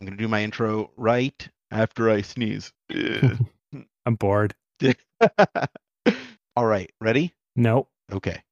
I'm going to do my intro right after I sneeze. Ugh. I'm bored. All right, ready? No. Okay.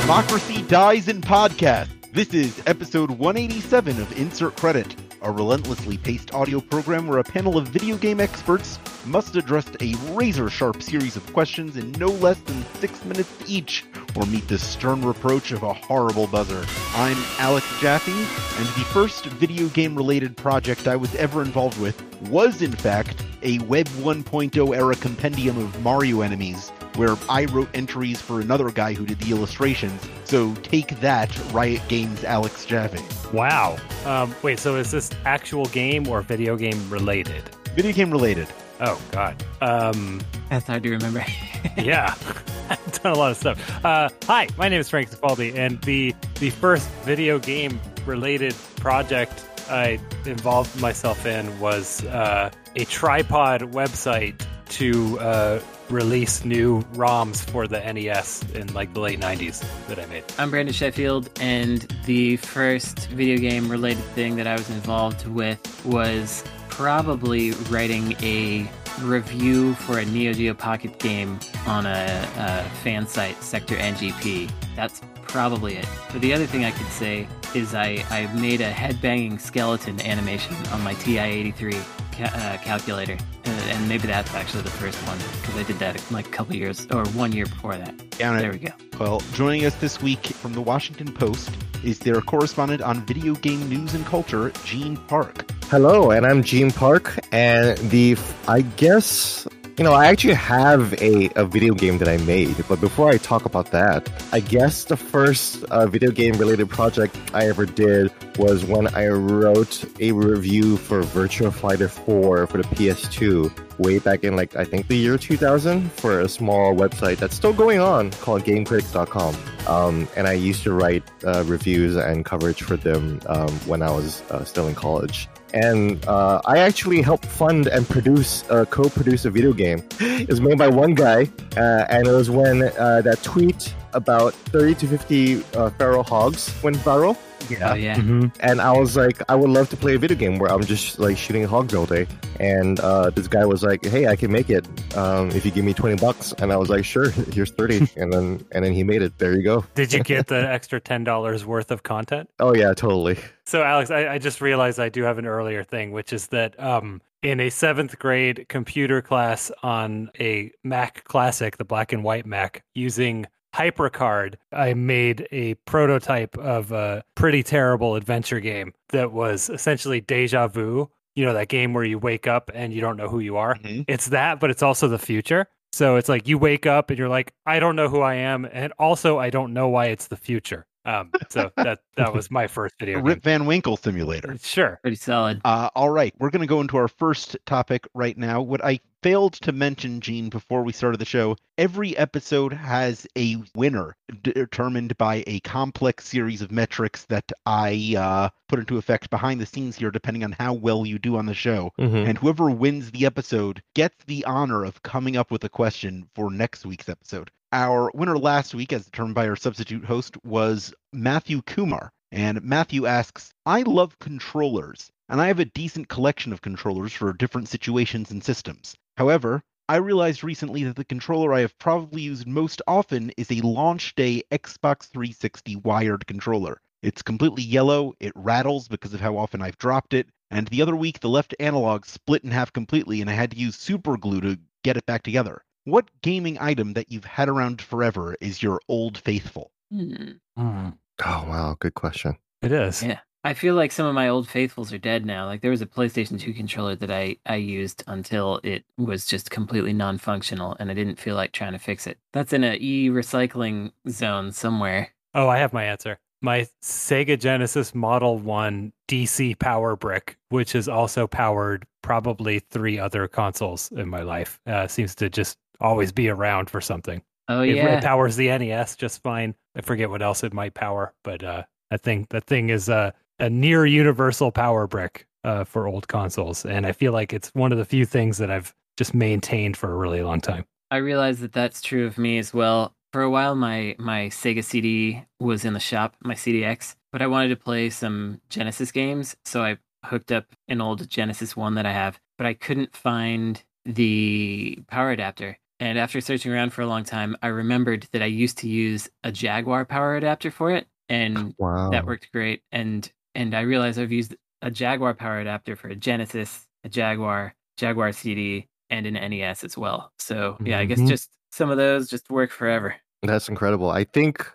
Democracy Dies in Podcast. This is episode 187 of Insert Credit, a relentlessly paced audio program where a panel of video game experts must address a razor sharp series of questions in no less than six minutes each, or meet the stern reproach of a horrible buzzer. I'm Alex Jaffe, and the first video game related project I was ever involved with was, in fact, a Web 1.0 era compendium of Mario enemies where I wrote entries for another guy who did the illustrations. So take that, Riot Games Alex Javin. Wow. Um, wait, so is this actual game or video game related? Video game related. Oh, God. Um, That's hard to remember. yeah. I've done a lot of stuff. Uh, hi, my name is Frank Zafaldi, and the, the first video game related project I involved myself in was uh, a tripod website to uh, release new ROMs for the NES in like the late 90s that I made. I'm Brandon Sheffield, and the first video game related thing that I was involved with was probably writing a review for a Neo Geo Pocket game on a, a fan site, Sector NGP. That's probably it. But the other thing I could say is I, I made a headbanging skeleton animation on my TI 83 ca- uh, calculator. And, and maybe that's actually the first one, because I did that like a couple years or one year before that. Down There it. we go. Well, joining us this week from the Washington Post is their correspondent on video game news and culture, Gene Park. Hello, and I'm Gene Park, and the I guess you know I actually have a, a video game that I made, but before I talk about that, I guess the first uh, video game related project I ever did was when I wrote a review for Virtua Fighter 4 for the PS2 way back in like I think the year 2000 for a small website that's still going on called GameCritics.com. Um, and I used to write uh, reviews and coverage for them um, when I was uh, still in college and uh, I actually helped fund and produce, uh, co-produce a video game. It was made by one guy, uh, and it was when uh, that tweet about 30 to 50 uh, feral hogs went viral. Yeah. Oh, yeah. And I was like, I would love to play a video game where I'm just like shooting hogs all day. And uh, this guy was like, Hey, I can make it um, if you give me 20 bucks. And I was like, Sure, here's 30. and then and then he made it. There you go. Did you get the extra $10 worth of content? Oh yeah, totally. So, Alex, I, I just realized I do have an earlier thing, which is that um, in a seventh grade computer class on a Mac Classic, the black and white Mac, using HyperCard, I made a prototype of a pretty terrible adventure game that was essentially deja vu. You know, that game where you wake up and you don't know who you Mm-hmm. are. It's that, but it's also the future. So it's like you wake up and you're like, I don't know who I am, and also I don't know why it's the future. Um, so that that was my first video game. Rip Van Winkle simulator. Sure. Pretty solid. Uh, all right, we're going to go into our first topic right now. What I failed to mention, Gene, before we started the show, every episode has a winner d- determined by a complex series of metrics that I uh, put into effect behind the scenes here, depending on how well you do on the show. Mm-hmm. And whoever wins the episode gets the honor of coming up with a question for next week's episode. Our winner last week, as determined by our substitute host, was Matthew Kumar. And Matthew asks, I love controllers, and I have a decent collection of controllers for different situations and systems. However, I realized recently that the controller I have probably used most often is a launch day Xbox 360 wired controller. It's completely yellow, it rattles because of how often I've dropped it, and the other week the left analog split in half completely and I had to use super glue to get it back together. What gaming item that you've had around forever is your old faithful? Hmm. Oh wow, good question. Mm, It is. Yeah. I feel like some of my old faithfuls are dead now. Like there was a PlayStation 2 controller that I, I used until it was just completely non functional and I didn't feel like trying to fix it. That's in a e recycling zone somewhere. Oh, I have my answer. My Sega Genesis Model 1 DC power brick, which has also powered probably three other consoles in my life, uh, seems to just always be around for something. Oh, it, yeah. E it powers the NES just fine. I forget what else it might power, but uh, I think that thing is a a near universal power brick uh, for old consoles, and I feel like it's one of the few things that I've just maintained for a really long time. I realize that that's true of me as well. For a while, my my Sega CD was in the shop, my CDX, but I wanted to play some Genesis games, so I hooked up an old Genesis one that I have, but I couldn't find the power adapter. And after searching around for a long time, I remembered that I used to use a Jaguar power adapter for it, and Wow. that worked great. And and I realized I've used a Jaguar power adapter for a Genesis, a Jaguar, Jaguar CD, and an NES as well. So yeah, I guess Mhm. just some of those just work forever. That's incredible. I think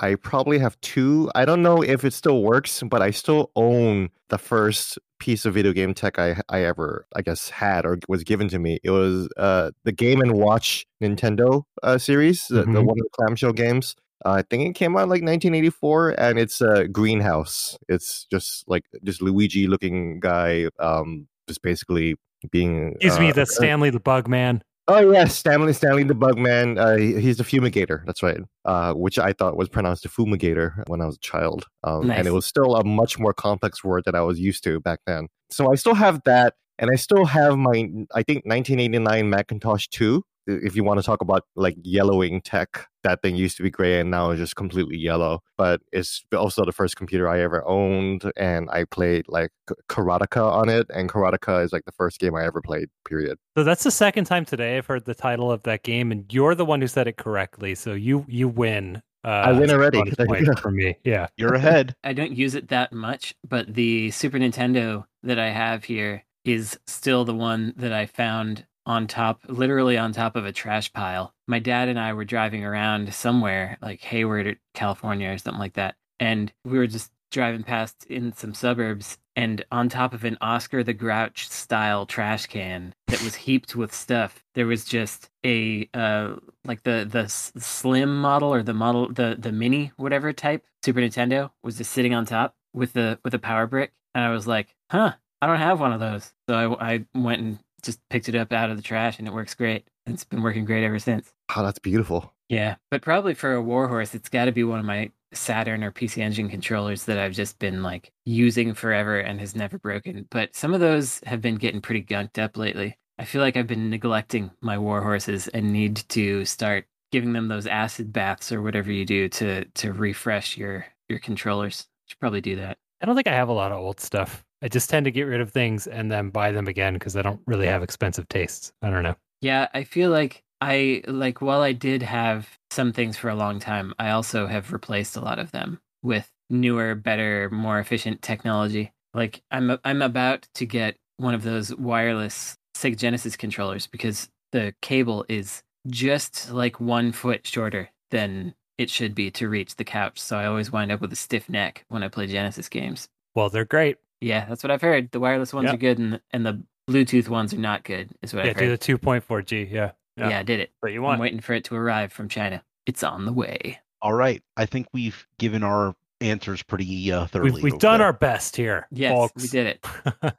I probably have two. I don't know if it still works, but I still own the first piece of video game tech I I ever I guess had or was given to me. It was uh the Game and Watch Nintendo uh series, the, the Mhm. one of the clamshell games. Uh, I think it came out like 1984, and it's a greenhouse. It's just like this Luigi looking guy, um, just basically being. Excuse me, uh, that's Stanley the Bug Man. Oh yes, Stanley Stanley the Bugman. Uh, he- he's the fumigator. That's right. Uh, which I thought was pronounced the fumigator when I was a child, um, and Nice. it was still a much more complex word that I was used to back then. So I still have that, and I still have my I think 1989 Macintosh 2. If you want to talk about like yellowing tech, that thing used to be gray and now it's just completely yellow. But it's also the first computer I ever owned, and I played like Karateka on it, and Karateka is like the first game I ever played. Period. So that's the second time today I've heard the title of that game, and you're the one who said it correctly. So you you win. Uh, I win already. There you go. for me. Yeah. You're ahead. I don't use it that much, but the Super Nintendo that I have here is still the one that I found on top, literally on top of a trash pile. My dad and I were driving around somewhere, like Hayward, or California, or something like that. And we were just driving past in some suburbs, and on top of an Oscar the Grouch style trash can that was heaped with stuff, there was just a uh, like the the s- slim model or the model the the mini whatever type Super Nintendo was just sitting on top with the with a power brick, and I was like, huh, I don't have one of those. So I I went and just picked it up out of the trash, and it works great. It's been working great ever since. Oh, that's beautiful. Yeah, but probably for a warhorse, it's got to be one of my Saturn or PC Engine controllers that I've just been like using forever and has never broken. But some of those have been getting pretty gunked up lately. I feel like I've been neglecting my warhorses and need to start giving them those acid baths or whatever you do to to refresh your your controllers. Should probably do that. I don't think I have a lot of old stuff. I just tend to get rid of things and then buy them again because I don't really have expensive tastes. I don't know. Yeah, I feel like I like while I did have some things for a long time, I also have replaced a lot of them with newer, better, more efficient technology. Like I'm I'm about to get one of those wireless Sega Genesis controllers because the cable is just like one foot shorter than it should be to reach the couch. So I always wind up with a stiff neck when I play Genesis games. Well, they're great. Yeah, that's what I've heard. The wireless ones Yeah. are good, and the, and the Bluetooth ones are not good. Is what Yeah, I've do the heard. 2.4G. Yeah. yeah. yeah, I did it. But you I'm want. waiting for it to arrive from China. It's on the way. All right. I think we've given our answers pretty uh, thoroughly. We've, we've over done there. our best here. Yes, folks. we did it.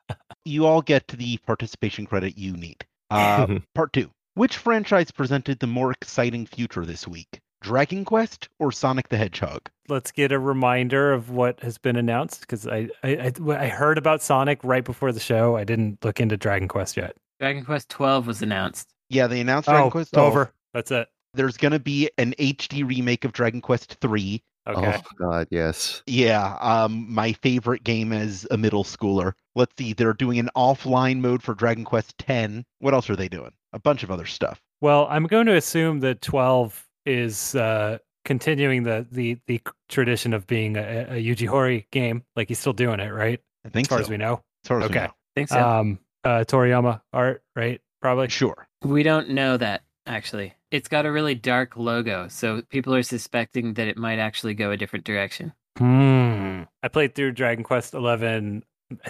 You all get the participation credit you need. Uh, part two. Which franchise presented the more exciting future this week? Dragon Quest or Sonic the Hedgehog? let's get a reminder of what has been announced because I I, I I heard about Sonic right before the show. I didn't look into Dragon Quest yet. Dragon Quest 12 was announced. Yeah, they announced Dragon oh, Quest it's over. That's it. There's going to be an HD remake of Dragon Quest 3. Okay. Oh God, yes. Yeah, um, my favorite game as a middle schooler. Let's see, they're doing an offline mode for Dragon Quest X. What else are they doing? A bunch of other stuff. Well, I'm going to assume that 12 is uh, continuing the the the tradition of being a, a Yuji Horii game. Like he's still doing it, right? I think As far so. as we know. As far as we Okay. know. Think so. Um, uh, Toriyama art, right? Probably. Sure. we don't know that actually. It's got a really dark logo, so people are suspecting that it might actually go a different direction. Hmm. I played through Dragon Quest Eleven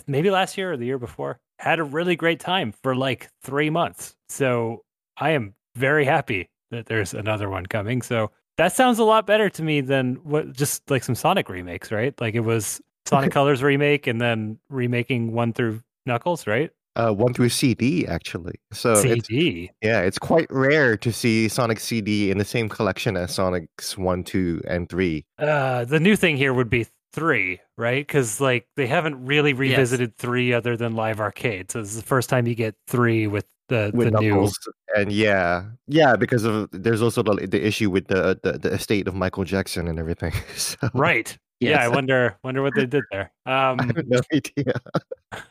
maybe last year or the year before. Had a really great time for like three months. So I am very happy that there's another one coming. So that sounds a lot better to me than what just like some Sonic remakes, right? Like it was Sonic Colors remake and then remaking one through Knuckles, right? Uh, one through CD actually. So Oh, it's CD. yeah, it's quite rare to see Sonic CD in the same collection as Sonic's one, two, and three. Uh, the new thing here would be three, right? Because like they haven't really revisited three other than live arcade. So this is the first time you get three with the with the new. Knuckles. And yeah, yeah, because of there's also the, the issue with the, the the estate of Michael Jackson and everything. So Right. Yeah, I Yes. wonder wonder what they did there. I Um, have no idea.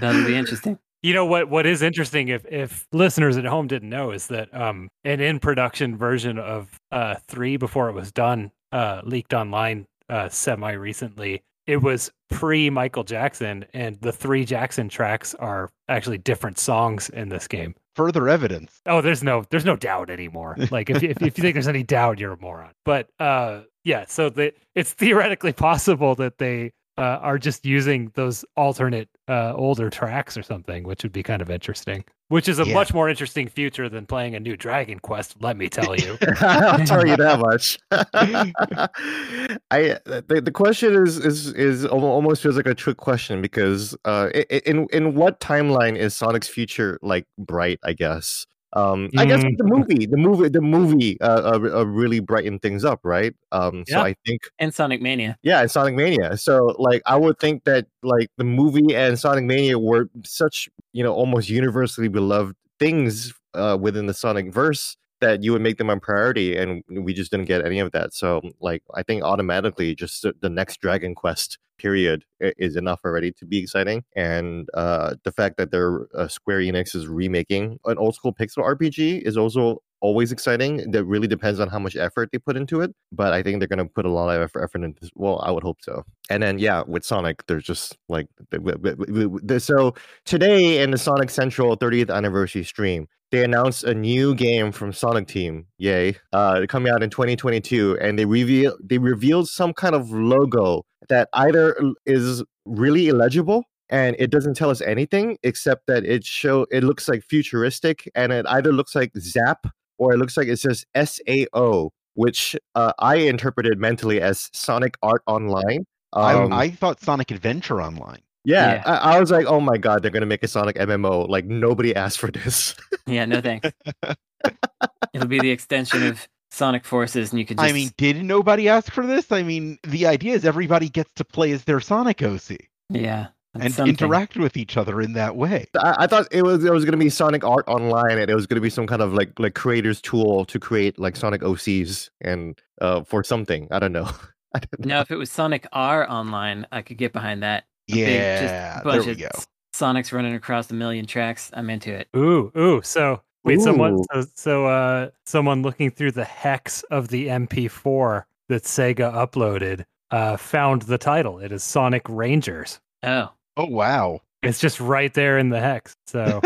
That'll be interesting. you know what? What is interesting, if if listeners at home didn't know, is that um, an in production version of uh, three before it was done uh, leaked online uh, semi recently. It was pre Michael Jackson, and the three Jackson tracks are actually different songs in this game. Further evidence. Oh, there's no there's no doubt anymore. Like if you- if, if you think there's any doubt, you're a moron. But uh, yeah, so the, it's theoretically possible that they uh, are just using those alternate uh, older tracks or something, which would be kind of interesting. Which is a Yeah. much more interesting future than playing a new Dragon Quest. Let me tell you. I'll tell you that much. I the, the question is is is al- almost feels like a trick question because uh, i- i- in in what timeline is Sonic's future like bright? I guess. Um, I guess with the movie, the movie, the movie, uh, uh, re- uh, really brightened things up, right? Um, so Yeah. I think, And Sonic Mania. yeah, it's Sonic Mania. So like, I would think that like the movie and Sonic Mania were such you know almost universally beloved things uh, within the Sonic verse that you would make them a priority, and we just didn't get any of that. So like, I think automatically just the- the next Dragon Quest period i- is enough already to be exciting, and uh, the fact that they're uh, Square Enix is remaking an old school pixel RPG is also. Always exciting. That really depends on how much effort they put into it, but I think they're going to put a lot of effort, effort into. This. Well, I would hope so. And then, yeah, with Sonic, there's just like the- the- the- the- so today in the Sonic Central 30th anniversary stream, they announced a new game from Sonic Team, yay, uh, coming out in 2022, and they reveal they revealed some kind of logo that either l- is really illegible and it doesn't tell us anything except that it show it looks like futuristic and it either looks like Zap or it looks like it says S A O, which uh, I interpreted mentally as Sonic Art Online. Um, I, I thought Sonic Adventure Online. yeah, Yeah. I, I was like, oh my god, they're gonna make a Sonic MMO. Like nobody asked for this. Yeah, no thanks. It'll be the extension of Sonic Forces, and you could just I mean, did nobody ask for this? I mean, the idea is everybody gets to play as their Sonic OC yeah, that's and something. interact with each other in that way. I, I thought it was it was gonna be Sonic Art Online, and it was gonna be some kind of like like creators tool to create like Sonic OCs and uh for something. I don't know. I don't know. Now, if it was Sonic R online, I could get behind that. Big, just Yeah, there we budget. go. Sonic's running across a million tracks. I'm into it. Ooh, ooh. So wait, someone Ooh. so, so uh someone looking through the hex of the MP4 that Sega uploaded uh found the title. It is Sonic Rangers. Oh, Oh wow. It's just right there in the hex. So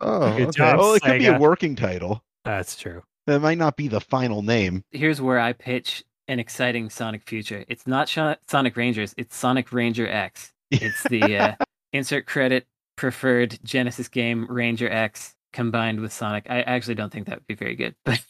Oh, Good okay. job. well, it could be a Sega. working title. that's true. That might not be the final name. here's where I pitch an exciting Sonic future. It's not Sho- Sonic Rangers. It's Sonic Ranger X. It's the uh, insert credit preferred Genesis game Ranger X combined with Sonic. I actually don't think that would be very good, but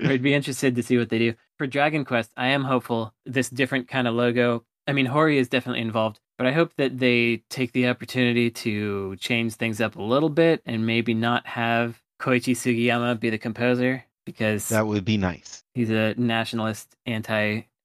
I'd be interested to see what they do. For Dragon Quest, I am hopeful this different kind of logo. I mean, Hori is definitely involved, but I hope that they take the opportunity to change things up a little bit and maybe not have Koichi Sugiyama be the composer because That would be nice. He's a nationalist,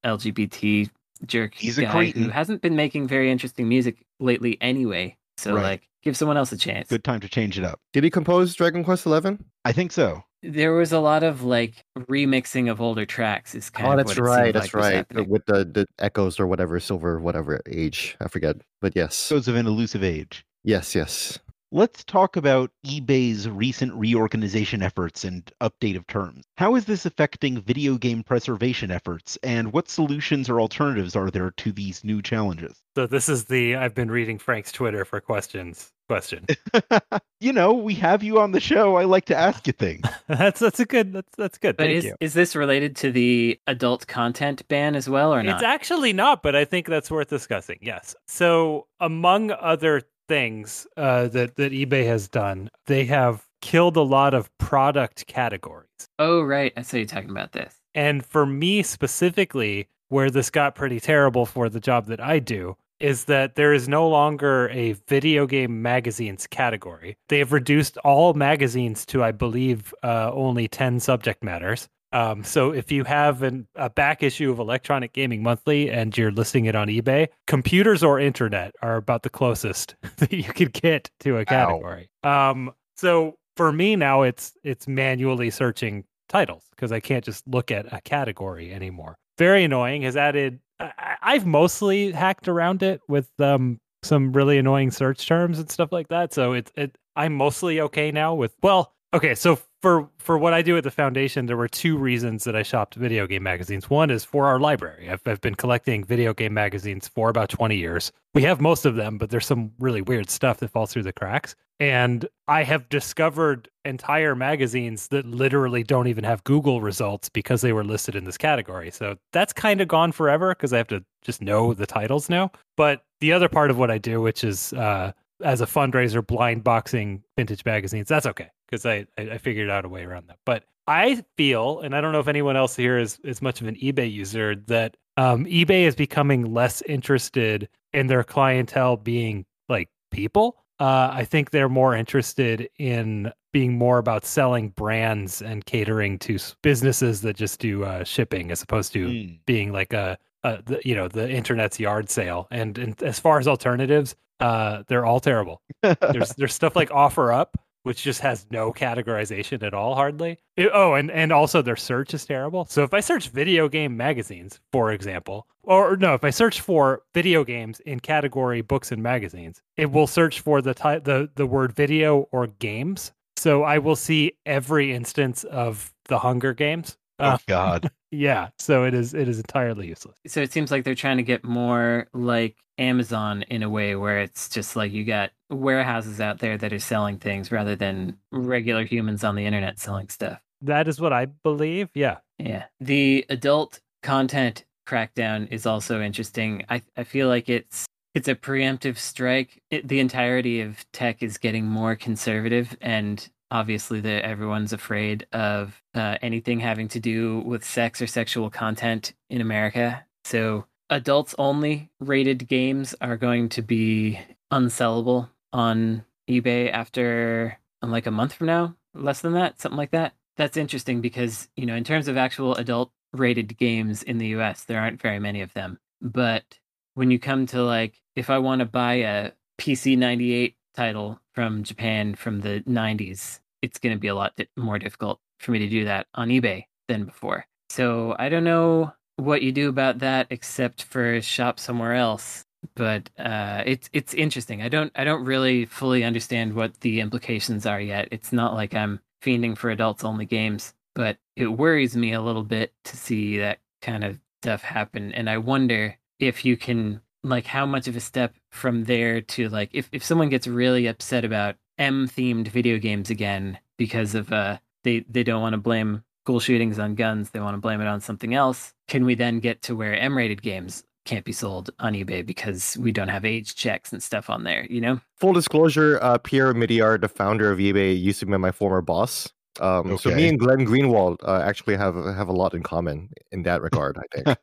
anti-LGBT jerk He's a guy cretin. who hasn't been making very interesting music lately, anyway. So, Right. like, give someone else a chance. Good time to change it up. Did he compose Dragon Quest Eleven? I think so. There was a lot of like remixing of older tracks. Is kind Oh, of that's what it seemed right. like was That's right. happening. With the the echoes or whatever, silver, whatever age, I forget. But yes, Shows of an elusive age. yes, yes. Let's talk about eBay's recent reorganization efforts and update of terms. How is this affecting video game preservation efforts, and what solutions or alternatives are there to these new challenges? So this is the I've been reading Frank's Twitter for questions question. you know, we have you on the show. I like to ask you things. that's that's a good that's that's good. But Thank is you. is this related to the adult content ban as well, or It's not? actually not, but I think that's worth discussing. Yes. So, among other things uh, that that eBay has done, they have killed a lot of product categories. oh, right. I saw you talking about this. And for me specifically, where this got pretty terrible for the job that I do is that there is no longer a video game magazines category. They have reduced all magazines to, I believe, uh, only 10 subject matters. Um, so if you have an, a back issue of Electronic Gaming Monthly and you're listing it on eBay, computers or internet are about the closest that you could get to a category. Um, so for me now, it's it's manually searching titles because I can't just look at a category anymore. Very annoying. Has added. I, I- I've mostly hacked around it with um, some really annoying search terms and stuff like that. So it's it. I'm mostly okay now with well. Okay, so for for what I do at the foundation, there were two reasons that I shopped video game magazines. One is for our library. I've I've been collecting video game magazines for about twenty years. We have most of them, but there's some really weird stuff that falls through the cracks. And I have discovered entire magazines that literally don't even have Google results because they were listed in this category. So that's kind of gone forever because I have to just know the titles now. But the other part of what I do, which is uh, as a fundraiser, blind boxing vintage magazines, that's okay because I, I I figured out a way around that. But I feel, and I don't know if anyone else here is is much of an eBay user, that um, eBay is becoming less interested in their clientele being like people. Uh, I think they're more interested in being more about selling brands and catering to s- businesses that just do uh, shipping as opposed to Hmm. being like a, a the, you know the internet's yard sale and, and as far as alternatives uh they're all terrible Hmm. there's there's stuff like offer up which just has no categorization at all hardly It- oh and and also their search is terrible so if i search video game magazines for example or no if i search for video games in category books and magazines it will search for the type the the word video or games so i will see every instance of the hunger games oh God. yeah, so it is it is entirely useless. So it seems like they're trying to get more like Amazon in a way where it's just like you got warehouses out there that are selling things rather than regular humans on the internet selling stuff. That is what I believe. Yeah. Yeah. The adult content crackdown is also interesting. I I feel like it's it's a preemptive strike. It, the entirety of tech is getting more conservative and obviously the everyone's afraid of uh, anything having to do with sex or sexual content in America. So adults only rated games are going to be unsellable on eBay after um, like a month from now, less than that, something like that. That's interesting because, you know, in terms of actual adult rated games in the US, there aren't very many of them. But when you come to like, if I want to buy a PC 98 title from Japan from the 90s, it's going to be a lot di- more difficult for me to do that on eBay than before. So I don't know what you do about that except for shop somewhere else but uh, it's it's interesting. I don't I don't really fully understand what the implications are yet. It's not like I'm fiending for adults only games, but it worries me a little bit to see that kind of stuff happen, and I wonder if you can like how much of a step from there to like if if someone gets really upset about M themed video games again because of uh they they don't want to blame school shootings on guns they want to blame it on something else can we then get to where m-rated games can't be sold on ebay because we don't have age checks and stuff on there you know Full disclosure, uh, Pierre Midyar, the founder of eBay, used to be my former boss. Um, So Okay. me and Glenn Greenwald uh, actually have have a lot in common in that regard, I think.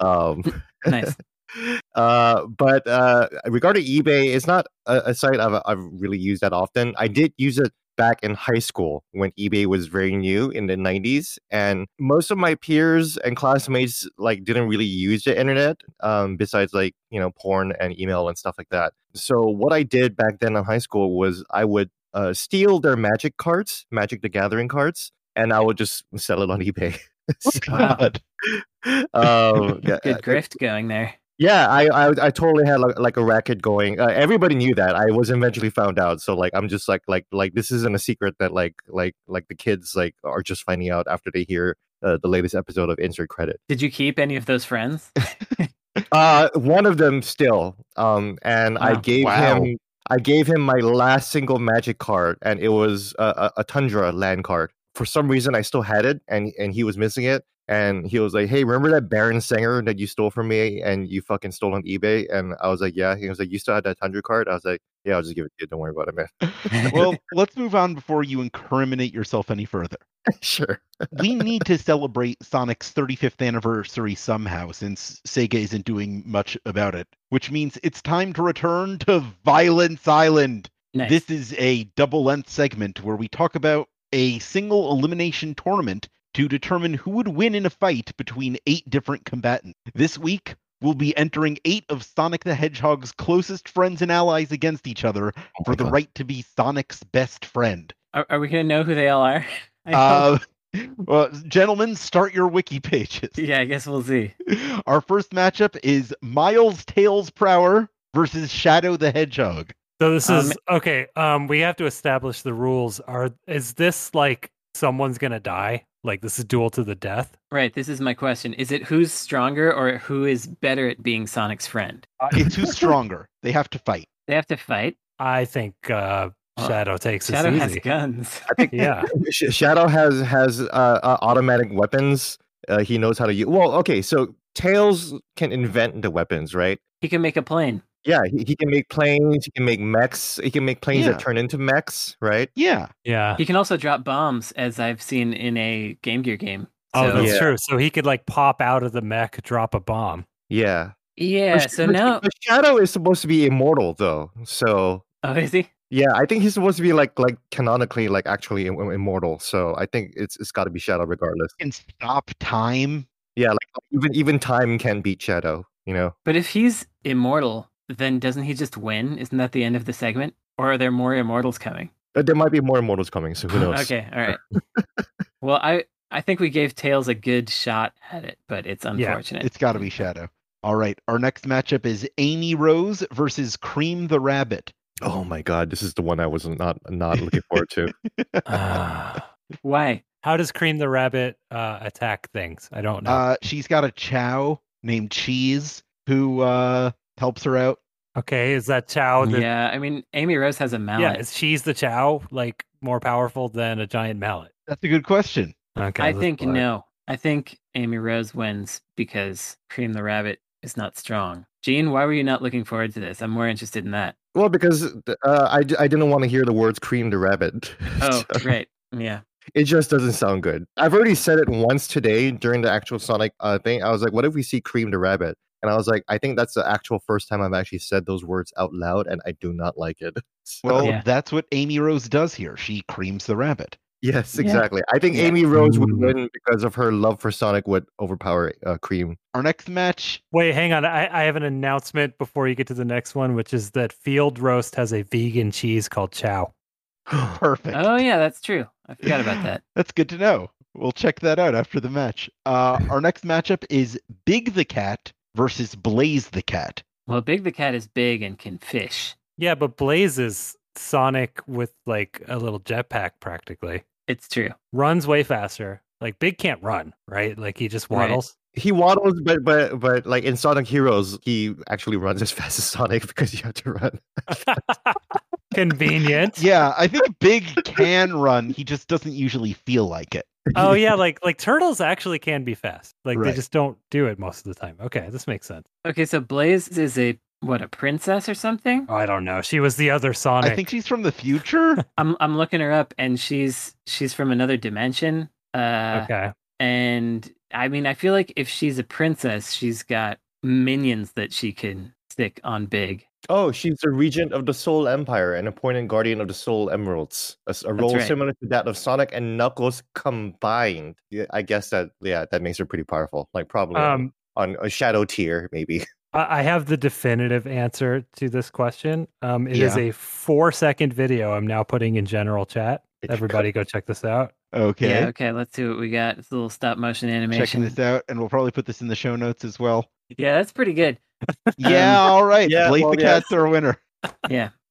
Oh, Um, nice Uh, but uh, regarding eBay, it's not a, a site I've, I've really used that often. I did use it back in high school when eBay was very new in the 90s, and most of my peers and classmates like didn't really use the internet um, besides like you know porn and email and stuff like that. So what I did back then in high school was I would uh, steal their Magic cards, Magic the Gathering cards, and I would just sell it on eBay. So, God. um, yeah, good grift going there yeah, I, I I totally had like, like a racket going. Uh, everybody knew that. I was eventually found out. So like I'm just like like like this isn't a secret that like like like the kids like are just finding out after they hear uh, the latest episode of Insert Credit. did you keep any of those friends Uh, one of them still. Um, and I Wow. gave Wow. him I gave him my last single Magic card, and it was a, a, a Tundra land card. For some reason, I still had it, and and he was missing it. And he was like, "Hey, remember that Baron Sanger that you stole from me, and you fucking stole on eBay?" And I was like, "Yeah." He was like, "You still had that Tundra card?" I was like, "Yeah, I'll just give it to you. Don't worry about it, man." well, let's move on before you incriminate yourself any further. sure. we need to celebrate Sonic's 35th anniversary somehow, since Sega isn't doing much about it. Which means it's time to return to Violence Island. nice This is a double length segment where we talk about a single elimination tournament to determine who would win in a fight between eight different combatants. This week, we'll be entering eight of Sonic the Hedgehog's closest friends and allies against each other Oh for my the God. right to be Sonic's best friend. Are, are we gonna know who they all are? I hope- Uh, well, gentlemen, start your wiki pages. yeah, I guess we'll see. Our first matchup is Miles Tails Prower versus Shadow the Hedgehog. So this Um, is okay. Um, we have to establish the rules. Are is this like someone's gonna die? Like this is duel to the death? Right, this is my question. Is it who's stronger or who is better at being Sonic's friend? Uh, it's who's stronger. They have to fight. They have to fight. I think uh, Uh, Shadow takes Shadow this has easy. guns. yeah, Sh- Shadow has has uh, uh, automatic weapons. Uh, he knows how to use. Well, okay, so Tails can invent the weapons, right? He can make a plane. Yeah, he, he can make planes. He can make mechs. He can make planes Yeah. that turn into mechs, right? Yeah. yeah. He can also drop bombs, as I've seen in a Game Gear game. Oh, So- that's Yeah. true. So he could like pop out of the mech, drop a bomb. Yeah. yeah. But- So but- now, but Shadow is supposed to be immortal, though. So oh, is he? yeah, I think he's supposed to be like like canonically like actually im- immortal. So I think it's it's got to be Shadow regardless. Can stop time. Yeah, like even even time can beat Shadow. You know. But if he's immortal, then doesn't he just win? Isn't that the end of the segment? Or are there more immortals coming? But there might be more immortals coming, so who knows? Okay, all right. well, I I think we gave Tails a good shot at it, but it's unfortunate. It's got to be Shadow. All right. Our next matchup is Amy Rose versus Cream the Rabbit. Oh my god, this is the one I was not not looking forward to. Uh, Ah. Why? how does Cream the Rabbit uh, attack things? I don't know. Uh, she's got a chow named Cheese who uh, helps her out. okay, is that Chow? The, yeah, I mean, Amy Rose has a mallet. yeah, is she's the Chow like more powerful than a giant mallet? That's a good question. Okay, I that's think what- no. I think Amy Rose wins because Cream the Rabbit is not strong. Gene, why were you not looking forward to this? I'm more interested in that. Well, because uh, I d- I didn't want to hear the words "cream the rabbit." Oh, So right. Yeah. it just doesn't sound good. I've already said it once today during the actual Sonic uh, thing. I was like, "What if we see cream the rabbit?" And I was like, "I think that's the actual first time I've actually said those words out loud, and I do not like it." So- Well, Oh, Yeah. that's what Amy Rose does here. She creams the rabbit. yes, yeah. exactly. I think Yeah. Amy Rose would Mm. win because of her love for Sonic would overpower uh, Cream. Our next match Wait, hang on. I, I have an announcement before you get to the next one, which is that Field Roast has a vegan cheese called Chow. Perfect. Oh, yeah, that's true. I forgot about that. That's good to know. We'll check that out after the match. Uh, our next matchup is Big the Cat versus Blaze the Cat. Well, Big the Cat is big and can fish. Yeah, but Blaze is Sonic with like a little jetpack practically. It's true. Runs way faster. Like Big can't run, right? Like he just Right. waddles. He waddles, but but but like in Sonic Heroes, he actually runs as fast as Sonic because you have to run. Convenient. Yeah, I think Big can run. He just doesn't usually feel like it. Oh yeah, like like turtles actually can be fast. Like Right. they just don't do it most of the time. Okay, this makes sense. Okay, so Blaze is a what a princess or something. Oh, I don't know. She was the other Sonic. I think she's from the future. I'm I'm looking her up, and she's she's from another dimension. Uh, okay. and I mean, I feel like if she's a princess, she's got minions that she can stick on Big. Oh, she's the regent of the Soul Empire and appointed guardian of the Soul Emeralds, a, s- a role right. similar to that of Sonic and Knuckles combined. Yeah, I guess that yeah, that makes her pretty powerful. Like probably on- Um on a shadow tier, maybe. I I have the definitive answer to this question. Um, it is Yeah. a four second video I'm now putting in general chat. Everybody go check this out. Okay. Yeah. Okay. Let's see what we got. It's a little stop motion Checking animation. this out, and we'll probably put this in the show notes as well. Yeah, that's pretty good. Yeah, Um, all right. yeah, Blaze well, the yes. Cat's our winner.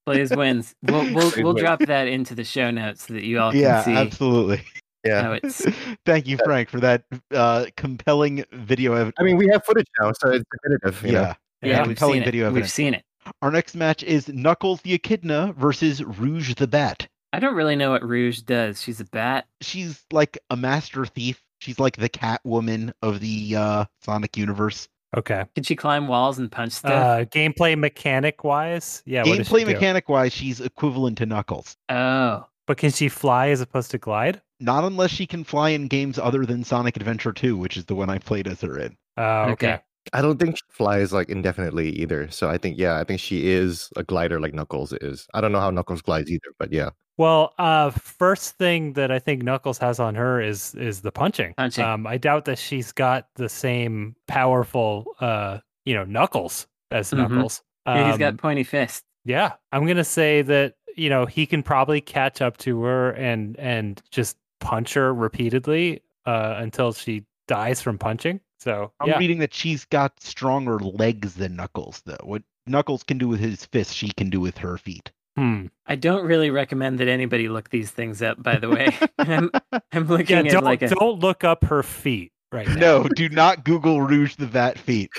Blaze wins. We'll we'll, Blaze we'll wins. drop that into the show notes so that you all yeah, can see absolutely. Yeah. how it's. Thank you, Frank, for that uh, compelling video. Ev- I mean, we have footage now, so it's definitive. You yeah. know? Yeah, we've compelling seen video it. We've evidence. seen it. Our next match is Knuckles the Echidna versus Rouge the Bat. I don't really know what Rouge does. She's a bat. she's like a master thief. She's like the Catwoman of the uh, Sonic universe. Okay. Can she climb walls and punch stuff? Uh, gameplay mechanic wise, yeah. what does she Gameplay do? mechanic wise, she's equivalent to Knuckles. oh, But can she fly as opposed to glide? Not unless she can fly in games other than Sonic Adventure 2, which is the one I played as her in. Uh, okay. Okay. I don't think she flies like indefinitely either. So I think yeah, I think she is a glider like Knuckles is. I don't know how Knuckles glides either, but yeah. Well, uh, first thing that I think Knuckles has on her is is the punching. Punching. Um, I doubt that she's got the same powerful, uh, you know, Knuckles as Mhm. Knuckles. Yeah, he's got Um, pointy fists. Yeah, I'm gonna say that you know he can probably catch up to her and and just punch her repeatedly uh, until she dies from punching. So I'm yeah, reading that she's got stronger legs than Knuckles, though. What Knuckles can do with his fists, she can do with her feet. Hmm. I don't really recommend that anybody look these things up. By the way, I'm, I'm yeah. looking at Don't like a, don't look up her feet right now. No, do not Google Rouge the Vat feet.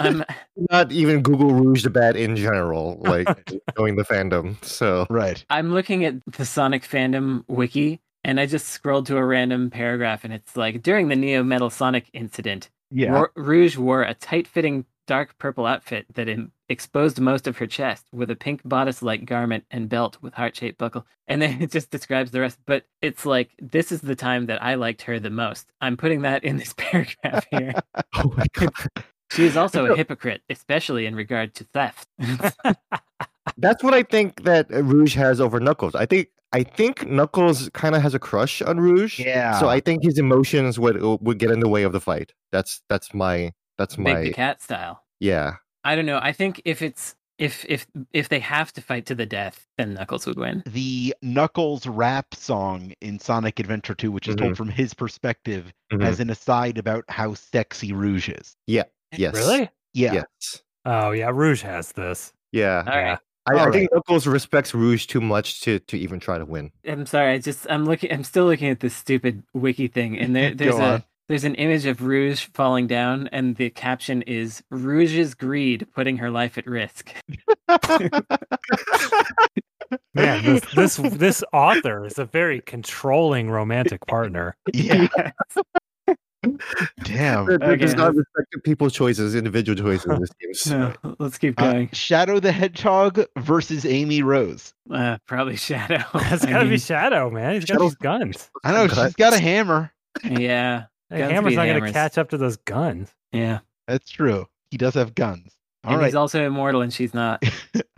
I'm Not even Google Rouge the Bat in general, like knowing the fandom. So Right. I'm looking at the Sonic fandom wiki, and I just scrolled to a random paragraph, and it's like during the Neo Metal Sonic incident, Yeah. Ro- Rouge wore a tight-fitting dark purple outfit that em- exposed most of her chest, with a pink bodice-like garment and belt with heart-shaped buckle. And then it just describes the rest. But it's like this is the time that I liked her the most. I'm putting that in this paragraph here. oh my God. she is also a hypocrite, especially in regard to theft. that's what I think that Rouge has over Knuckles. I think I think Knuckles kind of has a crush on Rouge. yeah. So I think his emotions would uh, would get in the way of the fight. That's that's my that's Big my the cat style. yeah. I don't know. I think if it's if if if they have to fight to the death, then Knuckles would win. the Knuckles rap song in Sonic Adventure 2, which is told from his perspective, Mhm. as an aside about how sexy Rouge is. Yes. Really? Yeah. Yes. Oh yeah, Rouge has this. Yeah. All right. I, I All think Knuckles respects Rouge too much to to even try to win. I'm sorry. I just I'm looking. I'm still looking at this stupid wiki thing, and there there's Go a on. there's an image of Rouge falling down, and the caption is Rouge's greed putting her life at risk. Man, this, this this author is a very controlling romantic partner. Yeah. Damn. It does Okay. not respect people's choices, individual choices. in This game. So let's keep Uh, going. Shadow the Hedgehog versus Amy Rose. Uh, probably Shadow. That's I gotta be mean, Shadow, man. He's got Shadow's- these guns. I know she's got a hammer. yeah, That Guns hammer's beat not gonna hammers. catch up to those guns. yeah. That's true. He does have guns. All and right. he's also immortal, and she's not.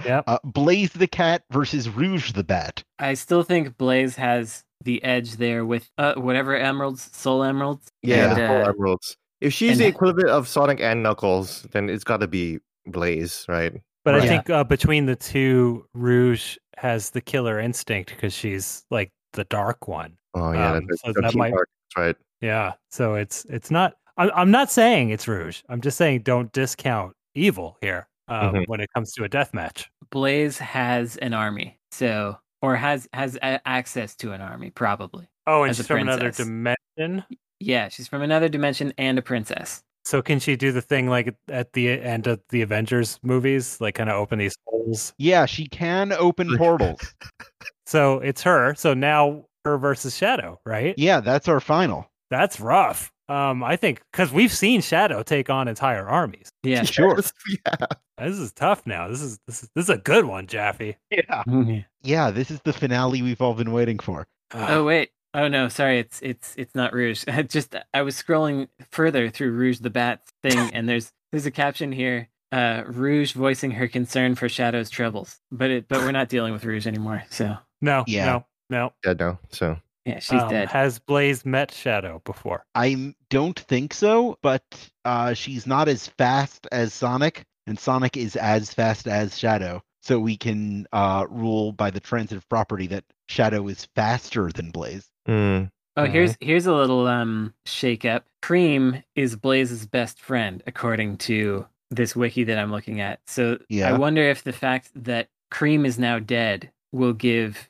Yep. uh, Blaze the Cat versus Rouge the Bat. I still think Blaze has the edge there with uh, whatever emeralds, soul emeralds. Yeah, And, the full uh, emeralds. If she's and- the equivalent of Sonic and Knuckles, then it's got to be Blaze, right? But I Right. think uh, between the two, Rouge has the killer instinct because she's like the dark one. Oh yeah, Um, that's, so that's that might- right. Yeah. So it's it's not. I'm I'm not saying it's Rouge. I'm just saying don't discount evil here um, Mhm. when it comes to a death match. Blaze has an army, so or has has a- access to an army, probably. Oh, and As a she's from another princess. dimension. Yeah, she's from another dimension and a princess. So can she do the thing like at the end of the Avengers movies, like kind of open these holes? Yeah, she can open portals. So it's her. So now her versus Shadow, right? yeah, that's our final. That's rough. Um, I think because we've seen Shadow take on entire armies. Yeah, Sure. yeah. This is tough now. This is this is this is a good one, Jaffe. Yeah. Yeah, this is the finale we've all been waiting for. Uh, Oh wait. Oh no, sorry. It's it's it's not Rouge. I just I was scrolling further through Rouge the Bat thing, and there's there's a caption here. Uh, Rouge voicing her concern for Shadow's troubles, but it but we're not dealing with Rouge anymore. So no, Yeah. no, no. Dead now. So yeah, she's Um, dead. Has Blaze met Shadow before? I m- don't think so, but uh, she's not as fast as Sonic, and Sonic is as fast as Shadow. So we can uh, rule by the transitive property that Shadow is faster than Blaze. mm, Oh, Mhm. Uh-huh. here's here's a little um shake up. Cream is Blaze's best friend, according to this wiki that I'm looking at. So Yeah. I wonder if the fact that Cream is now dead will give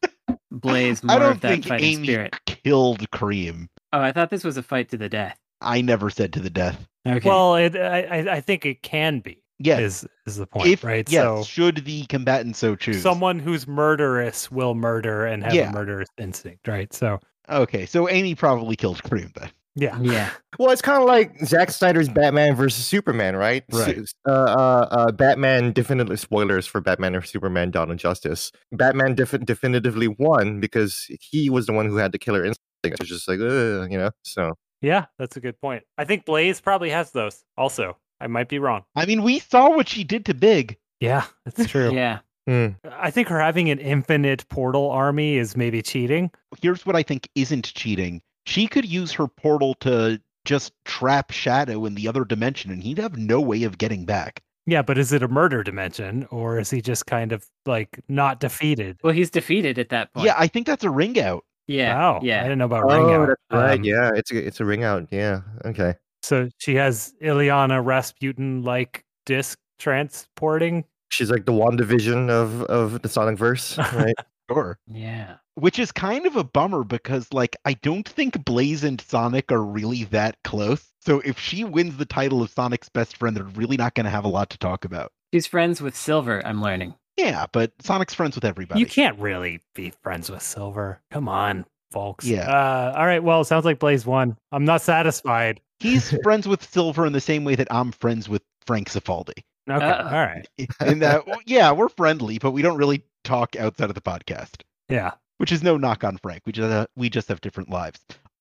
Blaze more I don't of that think fighting Amy spirit. killed Cream. Oh, I thought this was a fight to the death. I never said to the death. Okay. Well, it, I I- I think it can be. Yes. Is is the point, if right? yes, so should the combatant so choose? someone who's murderous will murder and have Yeah. a murderous instinct, right? So Okay, so Amy probably killed Cream then. yeah, yeah. Well, it's kind of like Zack Snyder's Batman versus Superman, right? S- Right. uh, uh, uh, Batman definitely spoilers for Batman or Superman: Dawn of Justice. Batman defi- definitively won because he was the one who had the killer instinct. It's just like, uh, you know. So yeah, that's a good point. I think Blaze probably has those also. I might be wrong. I mean, we saw what she did to Big. Yeah, that's true. Yeah. Hmm. I think her having an infinite portal army is maybe cheating. Here's what I think isn't cheating. She could use her portal to just trap Shadow in the other dimension, and he'd have no way of getting back. Yeah, but is it a murder dimension or is he just kind of like not defeated? Well, he's defeated at that point. Yeah, I think that's a ring out. Yeah. Wow. I Yeah. didn't know about ring Oh, out. that's right. Um, yeah, it's a, it's a ring out. Yeah. Okay. So she has Ilyana Rasputin like disc transporting. She's like the WandaVision of of the Sonic verse, right? Sure. Yeah. Which is kind of a bummer because, like, I don't think Blaze and Sonic are really that close. So if she wins the title of Sonic's best friend, they're really not going to have a lot to talk about. She's friends with Silver, I'm learning. Yeah, but Sonic's friends with everybody. You can't really be friends with Silver. Come on, folks. Yeah. Uh, all right. Well, it sounds like Blaze won. I'm not satisfied. He's friends with Silver in the same way that I'm friends with Frank Cifaldi. Okay. Uh-oh. all right. In that, yeah, we're friendly, but we don't really talk outside of the podcast. Yeah. which is no knock on Frank. We just uh, we just have different lives.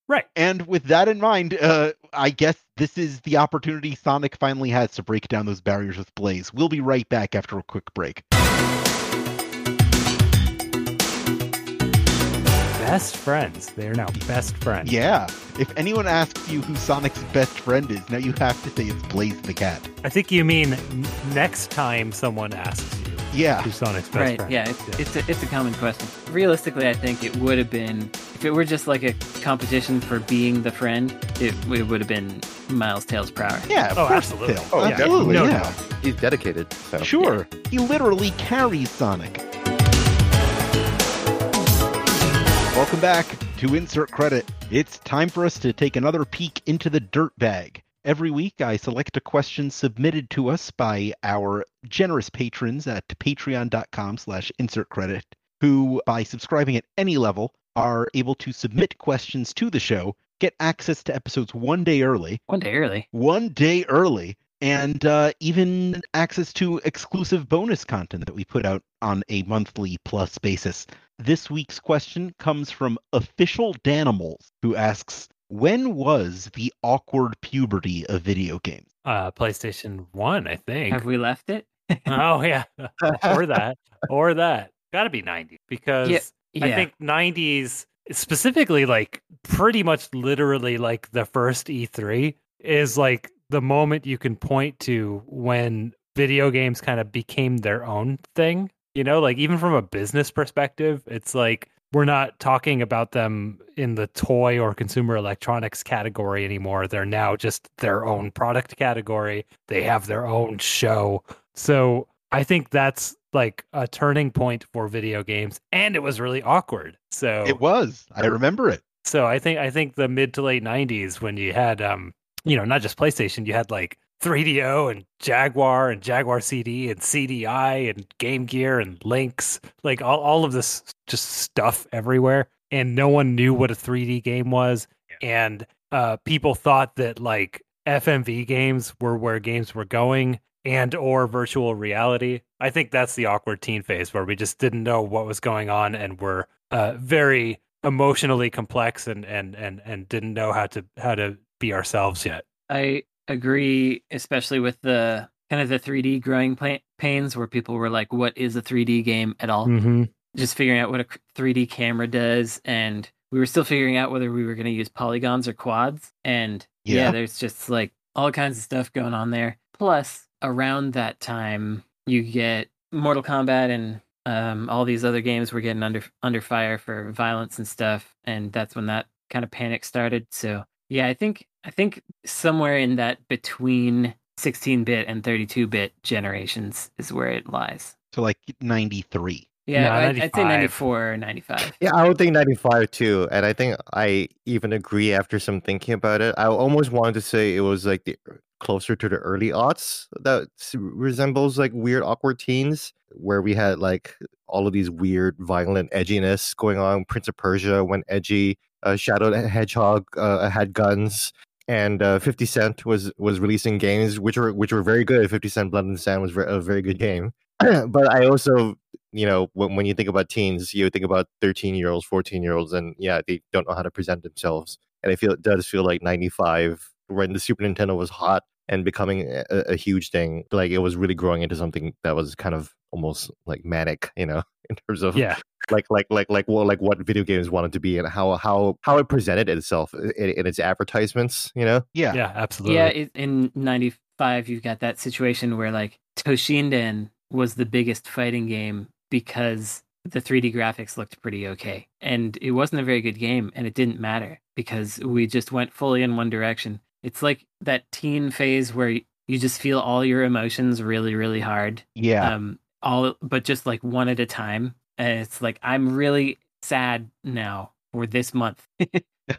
Right. And with that in mind, uh, I guess this is the opportunity Sonic finally has to break down those barriers with Blaze. We'll be right back after a quick break. Best friends. They are now best friends. Yeah. If anyone asks you who Sonic's best friend is, now you have to say it's Blaze the cat. I think you mean n- next time someone asks you Yeah. who's Sonic's best Ah, right. friend. Yeah. It's, It's, a, it's a common question. Realistically, I think it would have been, if it were just like a competition for being the friend, it, it would have been Miles Tails per hour. Yeah. Of Oh, course absolutely. Phil. Oh, Oh, yeah. absolutely. No yeah. He's dedicated. So. Sure. He literally carries Sonic. Welcome back to Insert Credit. It's time for us to take another peek into the dirt bag. Every week, I select a question submitted to us by our generous patrons at patreon.com slash insert credit, who, by subscribing at any level, are able to submit questions to the show, get access to episodes one day early, One day early. one day early and uh, even access to exclusive bonus content that we put out on a monthly plus basis. This week's question comes from Official Danimals, who asks When was the awkward puberty of video games? Uh, PlayStation 1, I think. Have we left it? oh, yeah. or that. Or that. Gotta be 90 because I Yeah. think 90s, specifically, like pretty much literally like the first E3 is like the moment you can point to when video games kind of became their own thing. You know, like even from a business perspective, it's like we're not talking about them in the toy or consumer electronics category anymore. They're now just their own product category, they have their own show. So I think that's like a turning point for video games, and it was really awkward. So, It was. I remember it. so I think I think the mid to late '90s when you had, um, you know, not just PlayStation, you had like 3DO and Jaguar and Jaguar CD and CDI and Game Gear and Lynx, like all all of this just stuff everywhere, and no one knew what a 3D game was, and uh, people thought that like FMV games were where games were going and or virtual reality. I think that's the awkward teen phase where we just didn't know what was going on and were uh, very emotionally complex and and and and didn't know how to how to be ourselves yet. I agree, especially with the kind of the 3D growing pa- pains where people were like, what is a 3D game at all? Mm-hmm. Just figuring out what a c- 3D camera does. And we were still figuring out whether we were going to use polygons or quads. And yeah. Yeah. there's just like all kinds of stuff going on there. Plus, around that time, you get Mortal Kombat and um, all these other games were getting under under fire for violence and stuff. And that's when that kind of panic started. So yeah, I think I think somewhere in that between 16-bit and 32-bit generations is where it lies. So, like 93. Yeah, No, I'd, I'd 95. say 94 or 95. Yeah, I would think 95 too. And I think I even agree after some thinking about it. I almost wanted to say it was like the e, closer to the early aughts that s- resembles like weird, awkward teens, where we had like all of these weird, violent edginess going on. Prince of Persia went edgy, uh, Shadow the Hedgehog uh, had guns. And uh, Fifty Cent was was releasing games which were which were very good. Fifty Cent Blood and Sand was ver- a very good game, but I also you know when, when you think about teens you think about 13 year olds 14 year olds and yeah they don't know how to present themselves and i feel it does feel like 95 when the super nintendo was hot and becoming a, a huge thing. Like it was really growing into something that was kind of almost like manic, you know, in terms of Yeah. like like like like well, like what video games wanted to be and how how how it presented itself in, in its advertisements, you know. Yeah. Yeah, absolutely. Yeah, it, in '95, you've got that situation where like Toshinden was the biggest fighting game because the 3D graphics looked pretty okay, and it wasn't a very good game, and it didn't matter because we just went fully in one direction. It's like that teen phase where y- you just feel all your emotions really, really hard, Yeah. um, all but just like one at a time, and it's like I'm really sad now for this month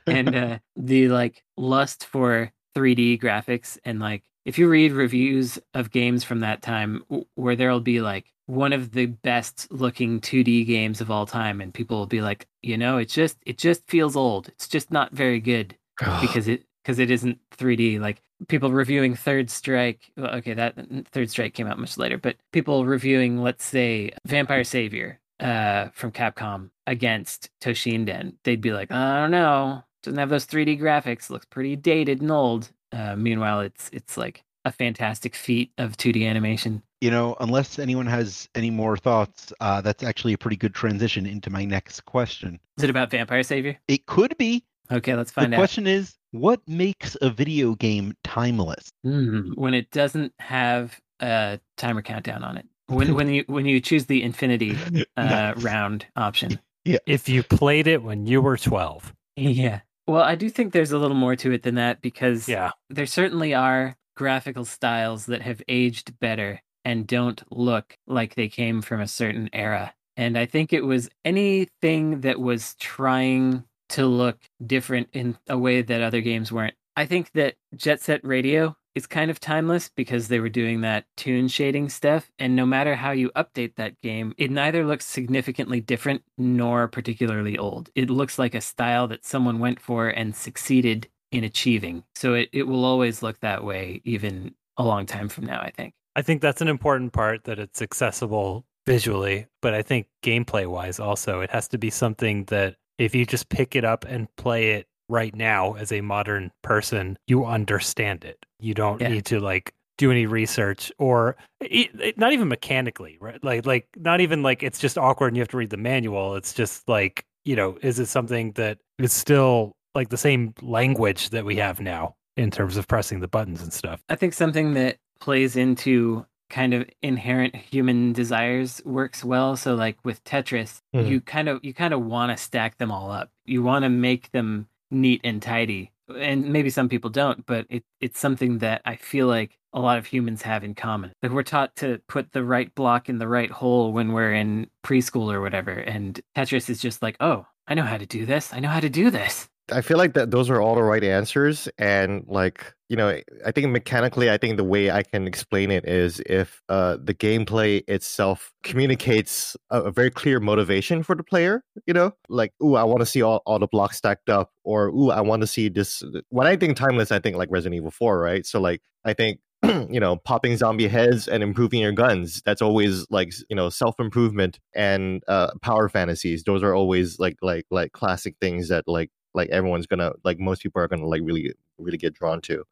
and uh, the like lust for 3D graphics and like if you read reviews of games from that time w- where there'll be like one of the best looking 2D games of all time and people will be like you know it just it just feels old it's just not very good because it because it isn't 3D. Like people reviewing Third Strike. Well, okay, that Third Strike came out much later, but people reviewing, let's say, Vampire Savior uh, from Capcom against Toshinden, they'd be like, I don't know, doesn't have those 3D graphics. Looks pretty dated and old. Uh, meanwhile, it's it's like a fantastic feat of 2D animation. you know, unless anyone has any more thoughts, uh, that's actually a pretty good transition into my next question. Is it about Vampire Savior? It could be. Okay, let's find the out. question is, what makes a video game timeless? Mm, when it doesn't have a timer countdown on it. When when you when you choose the infinity uh, Nice. round option. If you played it when you were 12. Yeah. Well, I do think there's a little more to it than that because Yeah. there certainly are graphical styles that have aged better and don't look like they came from a certain era. And I think it was anything that was trying to look different in a way that other games weren't. I think that Jet Set Radio is kind of timeless because they were doing that tune shading stuff. And no matter how you update that game, it neither looks significantly different nor particularly old. It looks like a style that someone went for and succeeded in achieving. So it, it will always look that way, even a long time from now, I think. I think that's an important part that it's accessible visually, but I think gameplay wise also, it has to be something that if you just pick it up and play it right now as a modern person, you understand it. You don't Yeah. need to like do any research or it, it- not even mechanically, right? Like, like not even like it's just awkward and you have to read the manual. It's just like, you know, is it something that is still like the same language that we have now in terms of pressing the buttons and stuff? I think something that plays into kind of inherent human desires works well. So like with Tetris, Mhm. you kind of you kind of want to stack them all up. You want to make them neat and tidy. And maybe some people don't, but it, it's something that I feel like a lot of humans have in common. Like we're taught to put the right block in the right hole when we're in preschool or whatever. And Tetris is just like, oh, I know how to do this. I know how to do this. I feel like that those are all the right answers, and like you know, I think mechanically, I think the way I can explain it is if uh, the gameplay itself communicates a, a very clear motivation for the player. You know, like ooh, I want to see all, all the blocks stacked up, or ooh, I want to see this. When I think timeless, I think like Resident Evil Four, right? So like I think. you know, popping zombie heads and improving your guns. That's always like, you know, self improvement and uh power fantasies. Those are always like like like classic things that like like everyone's gonna like most people are gonna like really really get drawn to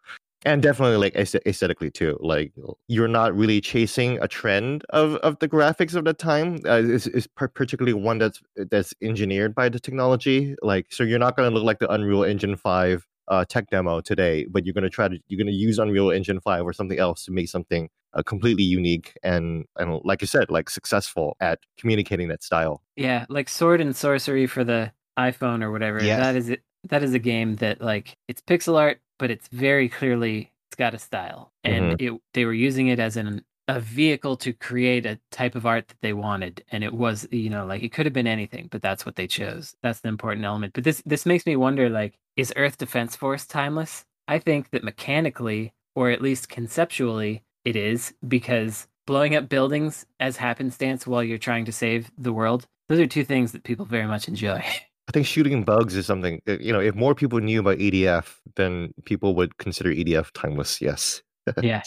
and definitely like aesthe- aesthetically too like you're not really chasing a trend of of the graphics of the time uh, is is par- particularly one that's that's engineered by the technology like so you're not gonna look like the unreal engine 5 uh, tech demo today but you're gonna try to you're gonna use unreal engine 5 or something else to make something uh, completely unique and and like you said like successful at communicating that style Yeah, like Sword and Sorcery for the iPhone or whatever. Yes. That is it. That is a game that like it's pixel art, but it's very clearly it's got a style, and it they were using it as an a vehicle to create a type of art that they wanted, and it was you know like it could have been anything, but that's what they chose. That's the important element. But this this makes me wonder like is Earth Defense Force timeless? I think that mechanically, or at least conceptually, it is because blowing up buildings as happenstance while you're trying to save the world, those are two things that people very much enjoy. I think shooting bugs is something that, you know. If more people knew about E EDF, then people would consider EDF timeless. Yes, yeah.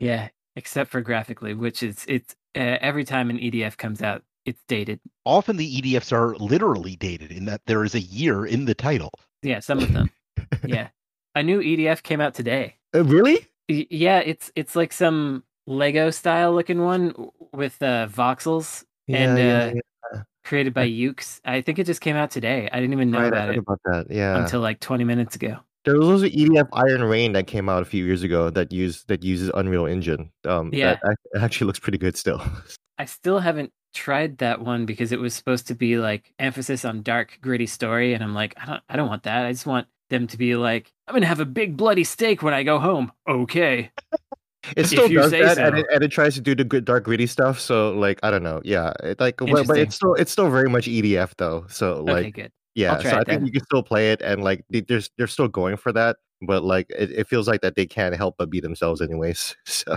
Yeah. Except for graphically, which is, it's uh, every time an EDF comes out, it's dated. Often the EDFs are literally dated in that there is a year in the title. Yeah. Some of them. yeah. A new EDF E came out today. Uh, really? Y- Yeah, it's it's like some Lego style looking one w- with uh, voxels And, uh, created by Ukes. I think it just came out today. I didn't even know Right, I about heard it about that. Yeah, until like 20 minutes ago. there was also EDF Iron Rain that came out a few years ago that used that uses Unreal Engine. Um, Yeah. that ac- actually looks pretty good still. I still haven't tried that one because it was supposed to be like emphasis on dark, gritty story, and I'm like, I don't, I don't want that. I just want them to be like, I'm gonna have a big bloody steak when I go home. Okay, It still you does say that, and, so. it, and it tries to do the good dark gritty stuff. So like I don't know, yeah, it, like but, but Interesting. it's still it's still very much EDF though. So like okay, good. yeah, try so it I then. think you can still play it, and like they- there's they're still going for that, but like it, it feels like that they can't help but be themselves anyways. So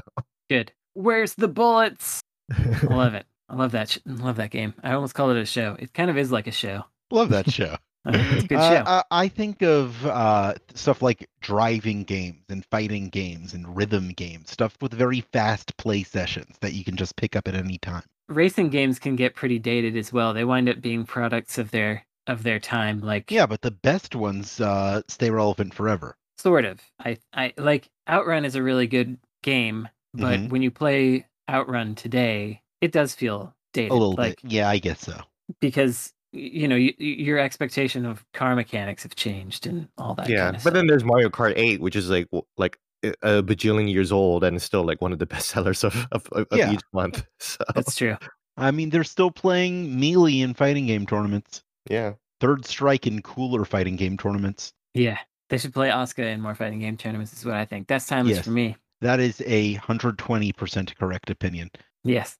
Good. Where's the bullets? I love it. I love that. Sh- love that game. I almost called it a show. It kind of is like a show. Love that show. Uh, It's a good Uh, show. I, I think of uh, stuff like driving games and fighting games and rhythm games, stuff with very fast play sessions that you can just pick up at any time. Racing games can get pretty dated as well. They wind up being products of their of their time. Like Yeah, but the best ones uh, stay relevant forever. sort of. I I like Outrun is a really good game, but Mhm. when you play Outrun today, it does feel dated. A little like bit. Yeah, I guess so. because y- you know y- y- your expectation of car mechanics have changed and all that. yeah, kind of but stuff. then there's Mario Kart Eight, which is like w- like a a bajillion years old and is still like one of the best sellers of of, of of Yeah. each month. So that's true. I mean, they're still playing melee in fighting game tournaments, yeah, third strike in cooler fighting game tournaments. Yeah, they should play Oscar in more fighting game tournaments. Is what I think. That's timeless Yes. for me. That is a 120% correct opinion. Yes.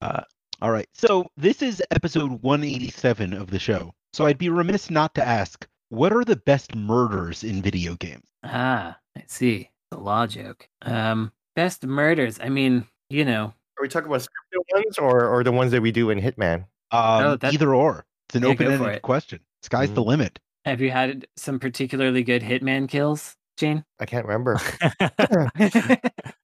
All right. So this is episode 187 of the show. So I'd be remiss not to ask what are the best murders in video games? Ah, I see. The law joke. Um, best murders. I mean, you know, are we talking about scripted ones or or the ones that we do in Hitman? Um, Oh, that- Either or. It's an Yeah, go for open it. ended question. Sky's Mm-hmm. the limit. have you had some particularly good hitman kills, Jane? I can't remember.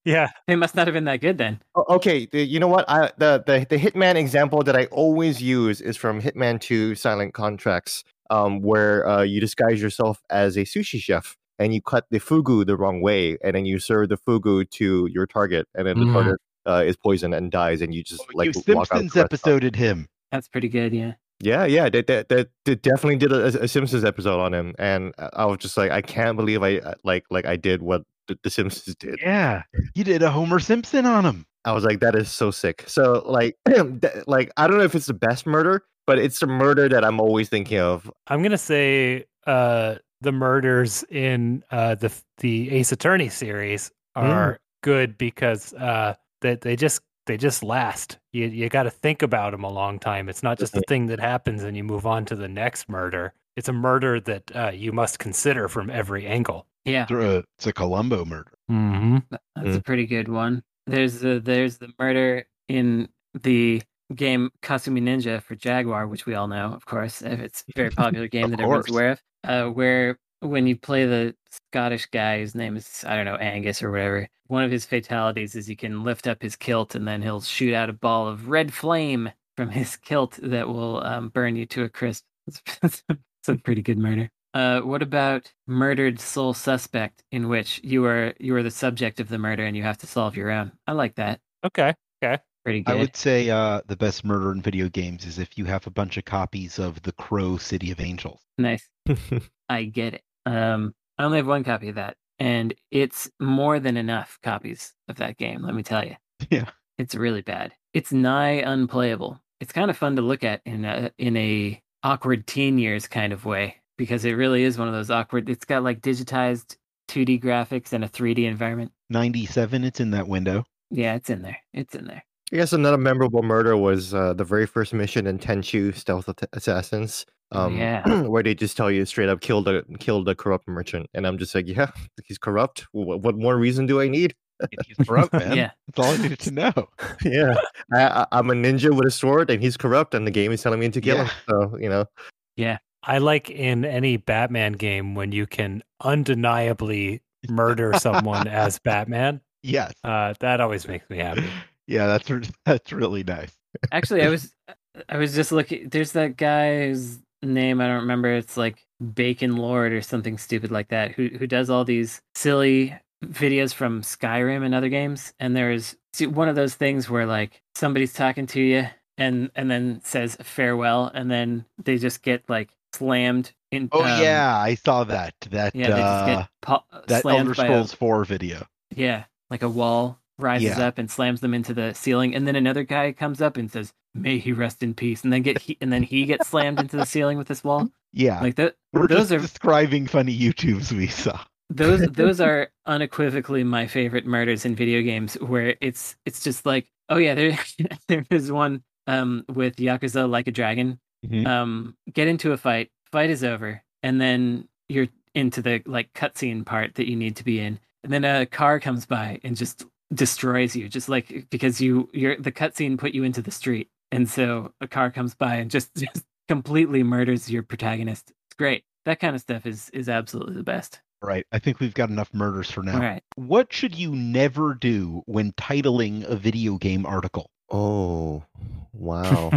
yeah. They must not have been that good then. O- Oh, Okay, the, you know what? I the, the the Hitman example that I always use is from Hitman 2 Silent Contracts, um, where uh, you disguise yourself as a sushi chef and you cut the fugu the wrong way, and then you serve the fugu to your target, and then the Mm. target uh, is poisoned and dies, and you just like Mm-hmm. Oh, you walk out. of Simpsons the restaurant. episoded him. That's pretty good, yeah. Yeah, yeah, they, they, they, they definitely did a, a Simpsons episode on him, and I I was just like, I can't believe I uh, like like I did what the, the Simpsons did. Yeah. You did a Homer Simpson on him. I was like, that is so sick. So like, that- like I don't know if it's the best murder, but it's the murder that I'm always thinking of. I'm gonna say uh, the murders in uh, the the Ace Attorney series are good because uh, that they, just they just last. You you got to think about them a long time. It's not just a thing that happens and you move on to the next murder. It's a murder that uh, you must consider from every angle. Yeah, Through a- uh, It's a Columbo murder. Mm-hmm. that's Mm. a pretty good one. There's the there's the murder in the game Kasumi Ninja for Jaguar, which we all know, of course. if It's a very popular game Of that everyone's course. aware of. Uh, where when you play the Scottish guy whose name is I don't know Angus or whatever, one of his fatalities is you can lift up his kilt and then he'll shoot out a ball of red flame from his kilt that will um, burn you to a crisp. It's a pretty good murder. Uh, what about murdered sole suspect, in which you are you are the subject of the murder and you have to solve your own? I like that. Okay. Pretty good. I would say uh, the best murder in video games is if you have a bunch of copies of The Crow City of Angels. Nice. I get it. Um, I only have one copy of that, and it's more than enough copies of that game. Let me tell you. Yeah. it's really bad. It's nigh unplayable. It's kind of fun to look at in a in a awkward teen years kind of way because it really is one of those awkward. It's got like digitized 2D graphics and a 3D environment. 97, it's in that window. Yeah, it's in there. It's in there. I guess another memorable murder was uh, the very first mission in Tenchu Stealth Att- Assassins, Oh, um, yeah. where they just tell you straight up kill the kill the corrupt merchant, and I'm just like, yeah, he's corrupt. What, what more reason do I need? He's broke, man. Yeah. That's all I needed to know. yeah, I, I, I'm a ninja with a sword, and he's corrupt, and the game is telling me to kill him. So you know, I like in any Batman game when you can undeniably murder someone as Batman. Yes. Uh, that always makes me happy. Yeah, that's re- that's really nice. Actually, I was I was just looking. There's that guy's name I don't remember. It's like Bacon Lord or something stupid like that. Who who does all these silly videos from Skyrim and other games, and there's see, one of those things where like somebody's talking to you and and then says farewell, and then they just get like slammed in. Oh um, yeah, I saw that. That yeah, they just uh, get pu- that slammed Elder by a- Scrolls Four video. yeah, like a wall rises Yeah. up and slams them into the ceiling, and then another guy comes up and says, "May he rest in peace," and then get he, and then he gets slammed into the ceiling with this wall. Yeah, Like that, we're those just are describing funny YouTubes we saw. those those are unequivocally my favorite murders in video games where it's it's just like oh yeah there there is one um with yakuza like a dragon Mhm. um get into a fight fight is over and then you're into the like cutscene part that you need to be in and then a car comes by and just destroys you just like because you you're the cutscene put you into the street and so a car comes by and just just completely murders your protagonist it's great that kind of stuff is is absolutely the best Right. I think we've got enough murders for now. all right What should you never do when titling a video game article? Oh, wow.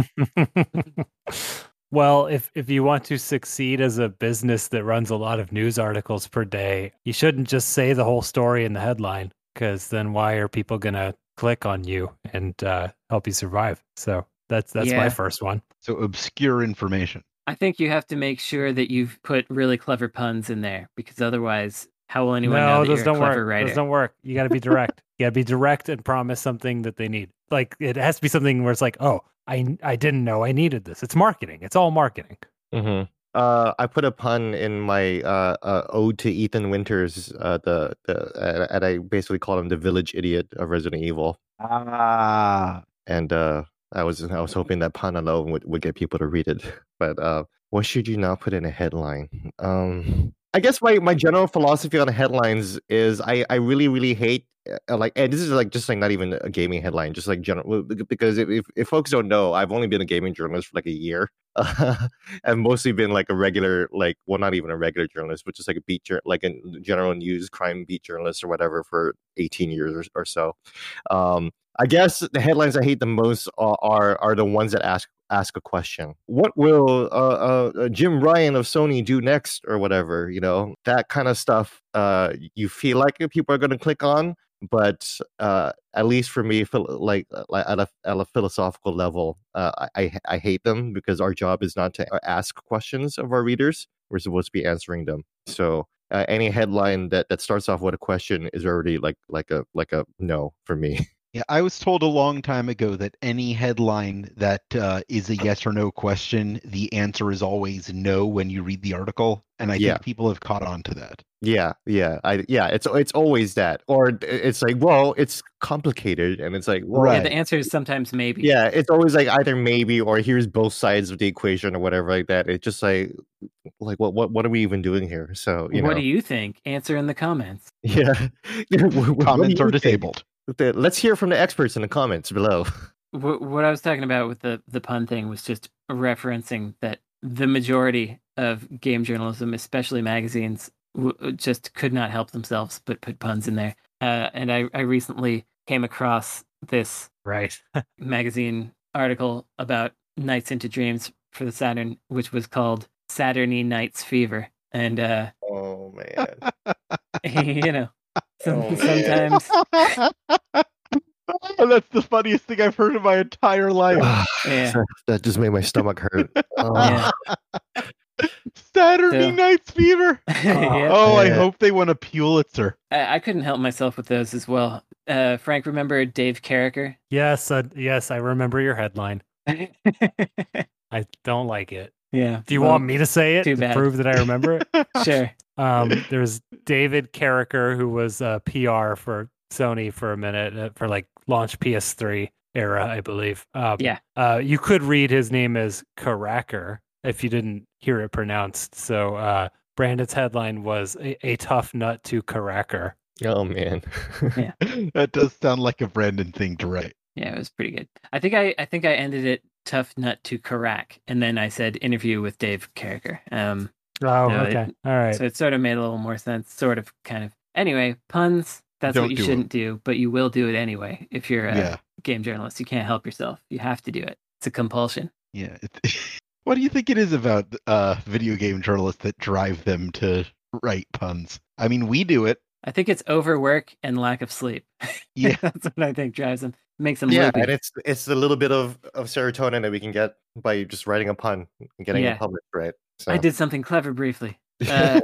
well, if if you want to succeed as a business that runs a lot of news articles per day, you shouldn't just say the whole story in the headline because then why are people gonna click on you and uh, help you survive? So that's that's Yeah. my first one. So obscure information. I think you have to make sure that you've put really clever puns in there because otherwise, how will anyone know no, that those you're don't a clever work. writer? Those don't work. You got to be direct. you got to be direct and promise something that they need. Like it has to be something where it's like, oh, I I didn't know I needed this. It's marketing. It's all marketing. hmm Uh, I put a pun in my uh, uh, ode to Ethan Winters. Uh, the the uh, and- and I basically called him the village idiot of Resident Evil, Ah. and uh, I was I was hoping that pun alone would, would get people to read it. But uh, what should you not put in a headline? Um, I guess my, my general philosophy on headlines is I, I really really hate uh, like and this is like just like not even a gaming headline just like general because if, if, if folks don't know I've only been a gaming journalist for like a year I've mostly been like a regular, like well, not even a regular journalist, but just like a beat, jour- like a general news crime beat journalist or whatever for 18 years or, or so. Um, I guess the headlines I hate the most are are, are the ones that ask ask a question. What will uh, uh, uh, Jim Ryan of Sony do next or whatever? You know that kind of stuff. Uh, you feel like people are going to click on, but uh, at least for me, phil- like, like at a at a philosophical level, uh, I- I h- I hate them because our job is not to ask questions of our readers; we're supposed to be answering them. So uh, any headline that that starts off with a question is already like like a like a no for me. Yeah, I was told a long time ago that any headline that uh, is a yes or no question, the answer is always no when you read the article, and I Yeah. think people have caught on to that. yeah, yeah, I yeah. It's it's always that, or it- it's like well, it's complicated, and it's like well, yeah, Right. the answer is sometimes maybe. yeah, it's always like either maybe or here's both sides of the equation or whatever like that. It's just like like what what what are we even doing here? So you what know. do you think? Answer in the comments. Yeah. Yeah, wh- wh- what do Comments you are think? disabled. The- Let's hear from the experts in the comments below. Wh- what I was talking about with the the pun thing was just referencing that the majority of game journalism, especially magazines, w- uh, just could not help themselves but put puns in there. Uh, and I, I recently came across this Right. magazine article about Nights into Dreams for the Saturn, which was called Saturny Nights Fever. And uh Oh man. you know, some, Oh, man. sometimes That's the funniest thing I've heard in my entire life. yeah, That just made my stomach hurt. Oh. yeah. Saturday Yeah. Night's Fever. yeah. Oh, I Yeah. hope they won a Pulitzer. I, I couldn't help myself with those as well. Uh Frank, remember Dave Carricker? Yes. Uh, yes. I remember your headline. I don't like it. yeah. Do you well, want me to say it too to bad. prove that I remember it? Sure. Um, there's David Carricker, who was uh, PR for Sony for a minute, uh, for like launch PS3 era, I believe. Um, Yeah. Uh, you could read his name as Caracker if you didn't hear it pronounced. So uh, Brandon's headline was a, a tough nut to Caracker. Oh man. Yeah. that does sound like a Brandon thing to write. Yeah, it was pretty good. I think I, I think I ended it tough nut to Karak, and then I said interview with Dave Carricker. Um Oh, No, it- okay. All right. So it sort of made a little more sense, sort of, kind of. Anyway, puns. That's Don't what you do 'em. shouldn't do, but you will do it anyway. If you're a yeah. game journalist, you can't help yourself. You have to do it. It's a compulsion. Yeah. it- what do you think it is about uh, video game journalists that drive them to write puns? I mean, we do it. I think it's overwork and lack of sleep. Yeah. that's what I think drives them, makes them yeah, loopy. and it's it's the little bit of, of serotonin that we can get by just writing a pun and getting Yeah. it published, right? So. I did something clever briefly. Uh,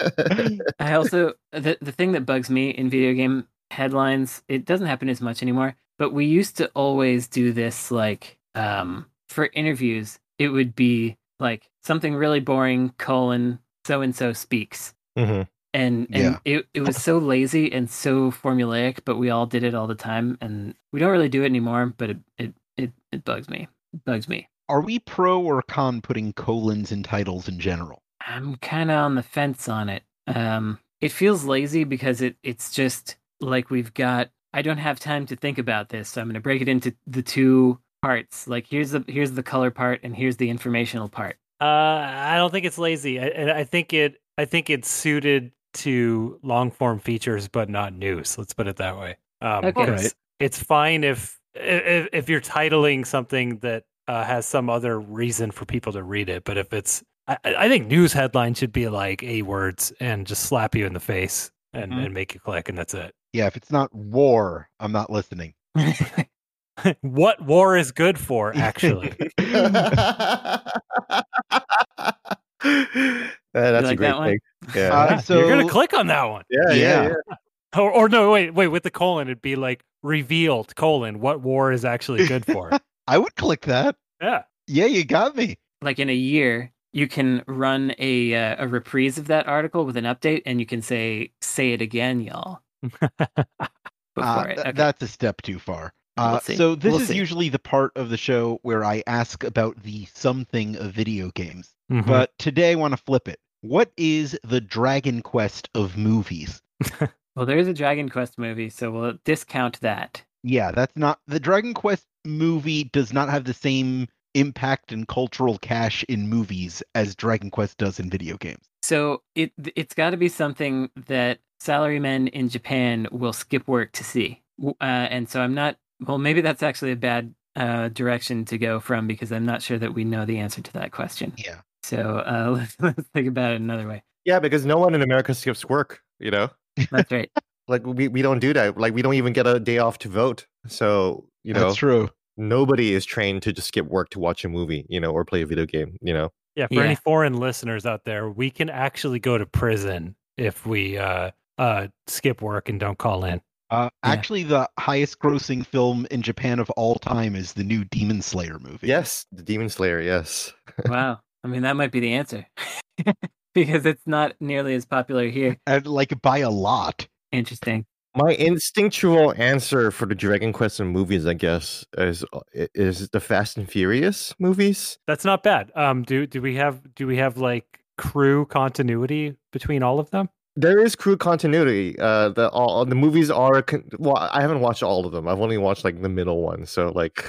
I also the the thing that bugs me in video game headlines, it doesn't happen as much anymore, but we used to always do this like um for interviews, it would be like something really boring colon so and so speaks. Mhm. And and it, it was so lazy and so formulaic, but we all did it all the time and we don't really do it anymore, but it it it, it bugs me. bugs me. Are we pro or con putting colons in titles in general? I'm kind of on the fence on it. Um, it feels lazy because it it's just like we've got. I don't have time to think about this, so I'm going to break it into the two parts. Like here's the here's the color part, and here's the informational part. Uh, I don't think it's lazy. I, and I think it. I think it's suited to long form features, but not news. Let's put it that way. Um, Okay. 'cause Right. It's fine if, if if you're titling something that uh, has some other reason for people to read it. But if it's, I, I I think news headline should be like a words and just slap you in the face and, Mm-hmm. Mhm. and make you click, and that's it. Yeah, if it's not war, I'm not listening. what war is good for, actually. uh, Yeah, that's a like great that one? thing. Yeah. Uh, so you're gonna click on that one. Yeah, Yeah. yeah, Or, or no, wait, wait. With the colon, it'd be like revealed colon what war is actually good for. I would click that. yeah, Yeah, you got me. like in a year, you can run a uh, a reprise of that article with an update, and you can say say it again, y'all. Before Uh, it, th- okay. That's a step too far. We'll Uh, see. so this We'll is see. usually the part of the show where I ask about the something of video games. Mm-hmm. Mm-hmm. Mhm. But today I want to flip it. What is the Dragon Quest of movies? well, there is a Dragon Quest movie, so we'll discount that. Yeah, that's not the Dragon Quest movie does not have the same impact and cultural cash in movies as Dragon Quest does in video games. So it it's got to be something that salarymen in Japan will skip work to see. W- Uh, and so I'm not. Well, maybe that's actually a bad uh, direction to go from because I'm not sure that we know the answer to that question. Yeah. So uh, let's, let's think about it another way. yeah, because no one in America skips work, you know? That's right. Like we, we don't do that. Like we don't even get a day off to vote. So, you know, That's true. nobody is trained to just skip work to watch a movie, you know, or play a video game, you know. yeah. For Yeah. any foreign listeners out there, we can actually go to prison if we uh, uh, skip work and don't call in. Uh, Yeah. Actually, the highest grossing film in Japan of all time is the new Demon Slayer movie. Yes, the Demon Slayer, yes. wow. I mean, that might be the answer because it's not nearly as popular here. And, like by a lot. Interesting. My instinctual answer for the Dragon Quest in movies, I guess, is uh, is the Fast and Furious movies. That's not bad. Um, do do we have do we have like crew continuity between all of them? There is crew continuity. Uh, the all the movies are. Con- well, I haven't watched all of them. I've only watched like the middle one. So like,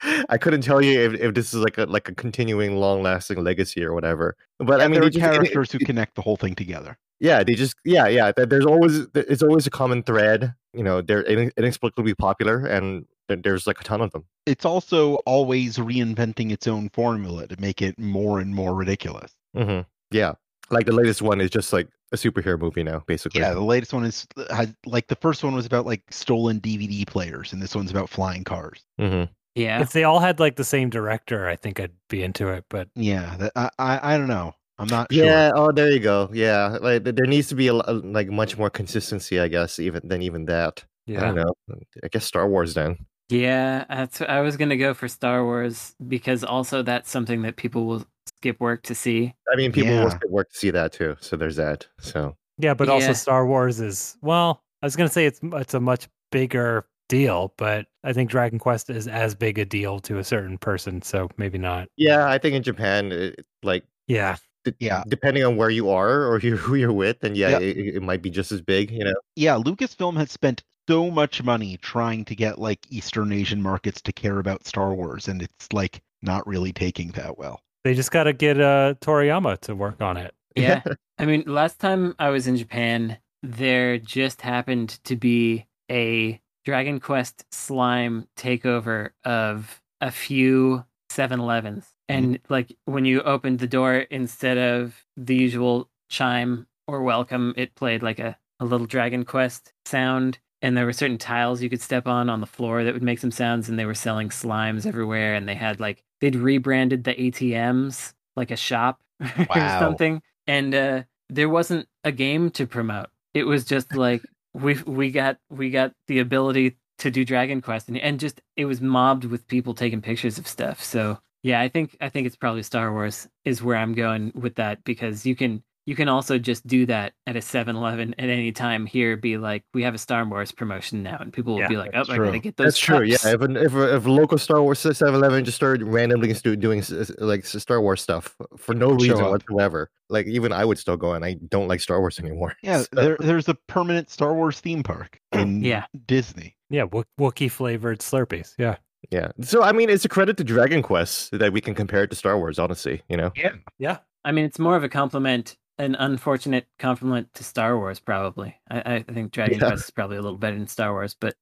I couldn't tell you if, if this is like a like a continuing, long lasting legacy or whatever. But I there mean, they are just- it- it- characters who connect the whole thing together. yeah they just yeah yeah th- there's always th- it's always a common thread you know they're in- inexplicably popular and th- there's like a ton of them It's also always reinventing its own formula to make it more and more ridiculous. hmm yeah like the latest one is just like a superhero movie now basically Yeah, the latest one is uh, has like the first one was about like stolen DVD players, and this one's about flying cars. Mhm. Yeah. If they all had like the same director, I think I'd be into it. But Yeah, that, I, I I don't know. I'm not yeah sure. oh there you go yeah like th- there needs to be a, lo- uh, like much more consistency i guess even than even that i yeah, don't know Mm, i guess star wars then Yeah, that's I was gonna go for Star Wars because also that's something that people will skip work to see. i mean people Yeah. will still work to see that too so there's that so yeah. But also Yeah. Star Wars is well. I was gonna say it's it's a much bigger deal, but I think Dragon Quest is as big a deal to a certain person, so maybe not. yeah i think in japan it, like Yeah. d- Yeah. depending on where you are or you, who you're with and yeah, Yeah. It, it it might be just as big you know Yeah, Lucasfilm has spent so much money trying to get like Eastern Asian markets to care about Star Wars, and it's like not really taking that well. They just got to get uh, Toriyama to work on it. Yeah. I mean, last time I was in Japan, there just happened to be a Dragon Quest slime takeover of a few 7 Elevens. And like when you opened the door, instead of the usual chime or welcome, it played like a a little Dragon Quest sound. And there were certain tiles you could step on on the floor that would make some sounds. And they were selling slimes everywhere. And they had like, they'd rebranded the ATMs like a shop or Wow. something. And uh, there wasn't a game to promote. It was just like, we we got we got the ability to do Dragon Quest and, and just it was mobbed with people taking pictures of stuff. So yeah, I think I think it's probably Star Wars is where I'm going with that because you can you can also just do that at a 7-Eleven at any time here be like we have a Star Wars promotion now and people will Yeah, be like, "Oh, that's I got to true. get those." That's true. Yeah, cups." if, an, if a- if a local Star Wars 7-Eleven just started randomly stu- doing s- s- like s- Star Wars stuff uh, for no Show reason up. whatsoever, like even I would still go, and I don't like Star Wars anymore. Yeah, So- there, there's a permanent Star Wars theme park in Yeah. Disney. Yeah, Wo- Wookiee flavored Slurpees. Yeah. yeah. So I mean, it's a credit to Dragon Quest that we can compare it to Star Wars. Honestly, you know. Yeah. I mean, it's more of a compliment, an unfortunate compliment to Star Wars probably. I I think Dragon Yeah. Quest is probably a little better than Star Wars, but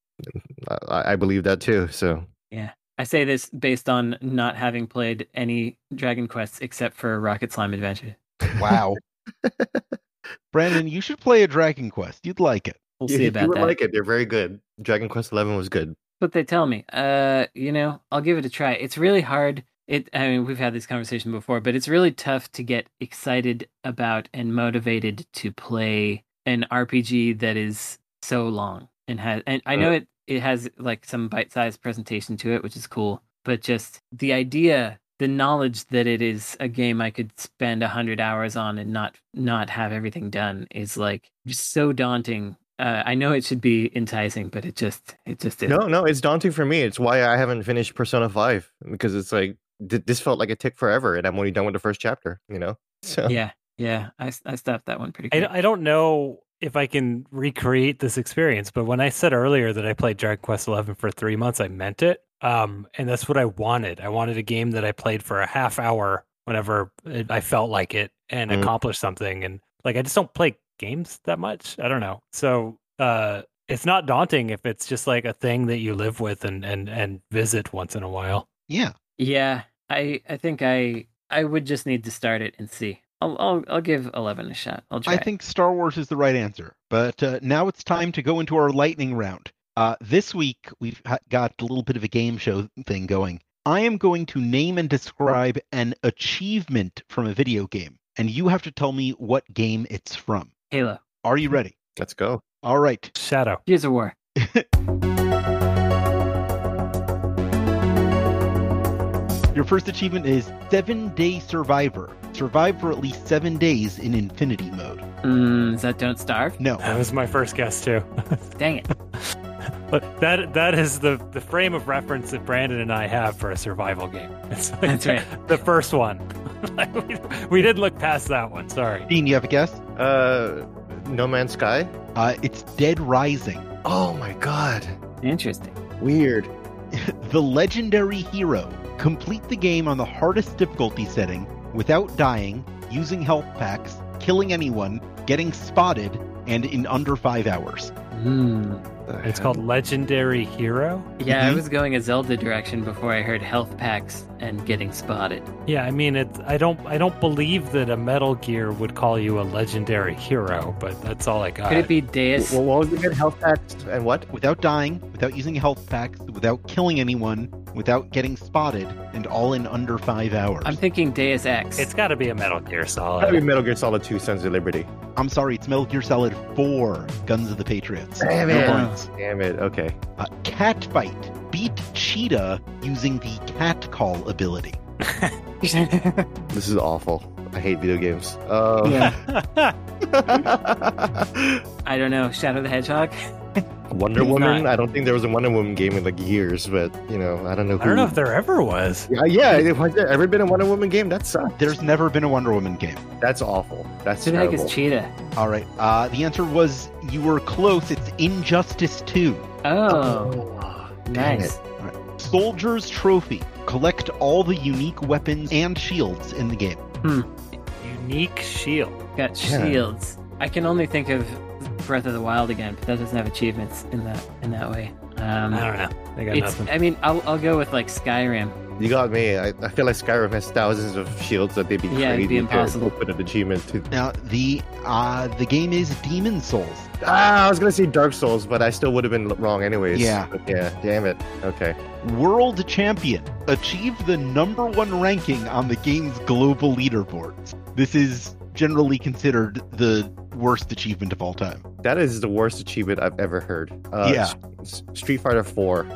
I, I believe that too. So I say this based on not having played any Dragon Quests except for Rocket Slime Adventure. Wow. Brandon, you should play a Dragon Quest. You'd like it. We'll you, see you about would that. like it. They're very good. Dragon Quest Eleven was good. But they tell me, uh, you know, I'll give it a try. It's really hard. It, I mean, we've had this conversation before, but it's really tough to get excited about and motivated to play an RPG that is so long and has. And I know it, it has like some bite-sized presentation to it, which is cool. But just the idea, the knowledge that it is a game I could spend a hundred hours on and not not have everything done is like just so daunting. Uh, I know it should be enticing, but it just it just is. No, no, it's daunting for me. It's why I haven't finished Persona Five because it's like th- this felt like a tick forever, and I'm only done with the first chapter. You know. So yeah yeah i, s- I stopped that one pretty I, quick I don't know if I can recreate this experience, but when I said earlier that I played Dragon Quest Eleven for three months, I meant it. Um, and that's what I wanted. I wanted a game that I played for a half hour whenever it, I felt like it and Mhm. accomplished something. And like, I just don't play games that much. I don't know. So, uh, it's not daunting if it's just like a thing that you live with and and and visit once in a while. Yeah. yeah i i think i i would just need to start it and see i'll i'll, I'll give 11 a shot i'll try I it. think Star Wars is the right answer. But uh, now it's time to go into our lightning round. Uh, this week, we've ha- got a little bit of a game show thing going. I am going to name and describe an achievement from a video game, and you have to tell me what game it's from. halo Are you ready? let's go. All right. Shadow. gears of war Your first achievement is Seven Day Survivor. Survive for at least seven days in Infinity Mode. mm, is that don't starve No. That was my first guess too. dang it But that that is the the frame of reference that Brandon and I have for a survival game. It's like That's right. The first one. Like, we, we did look past that one. Sorry. Dean, you have a guess? Uh, No Man's Sky. Uh, it's Dead Rising. Oh my god. interesting Weird. The Legendary Hero. Complete the game on the hardest difficulty setting without dying, using health packs, killing anyone, getting spotted, and in under five hours. mm. It's called Legendary Hero. yeah i Mhm. was going a zelda direction before i heard health packs and getting spotted Yeah, I mean, it. I don't. I don't believe that a Metal Gear would call you a legendary hero, but that's all I got. could it be deus Well, what was it again? Health packs and what? Without dying, without using health packs, without killing anyone, without getting spotted, and all in under five hours. i'm thinking deus ex It's got to be a Metal Gear Gotta be Solid. Metal Gear Solid 2: Sons of Liberty. I'm sorry, it's Metal Gear Solid 4, Guns of the Patriots. Damn No it. points. Damn it. Okay. Uh, catfight. Beat Cheetah using the catcall ability. This is awful. I hate video games. Uh, i don't know shadow the hedgehog Wonder It's Woman. not. I don't think there was a Wonder Woman game in like years, but you know, I don't know. Who... I don't know if there ever was. Yeah, yeah. it- Has there ever been a Wonder Woman game? That sucks. There's never been a Wonder Woman game. That's awful. That's who the heck terrible. is cheetah All right. Uh, the answer was you were close. It's Injustice 2. oh damn nice Soldier's Trophy. Collect all the unique weapons and shields in the game. Unique shield. Got Yeah. shields. I can only think of Breath of the Wild again, but that doesn't have achievements in that in that way. Um, I don't know. I got it's. nothing. I mean, I'll, I'll go with like Skyrim. You got me. I, I feel like Skyrim has thousands of shields that they'd be Yeah, it'd be crazy impossible. to open an achievement to. Now the uh the game is Demon Souls. Ah, I was gonna say Dark Souls, but I still would have been wrong anyways. Yeah. But yeah. Damn it. Okay. World Champion. Achieve the number one ranking on the game's global leaderboards. This is generally considered the worst achievement of all time. That is the worst achievement I've ever heard. Uh, Yeah. S- S- Street Fighter Four.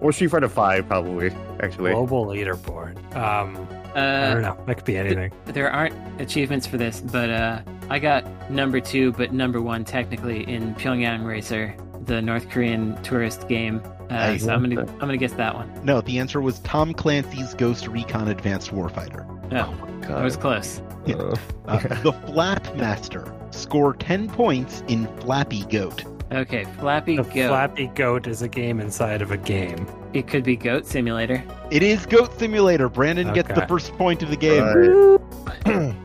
or Street Fighter Five, probably. Actually. Oh, Global leaderboard. Um, I don't Uh, know. That could be anything. there aren't achievements for this, but uh, I got number two, but number one technically in Pyongyang Racer, the North Korean tourist game. Uh, Nice. so I'm gonna I'm gonna guess that one. No, the answer was Tom Clancy's Ghost Recon Advanced Warfighter. Oh, I was close. yeah. Uh, Uh, the Flap Master. Score 10 points in Flappy Goat. Okay, Flappy The Goat. Flappy Goat is a game inside of a game. it could be Goat Simulator. It is Goat Simulator. Brandon gets the Okay. first point of the game.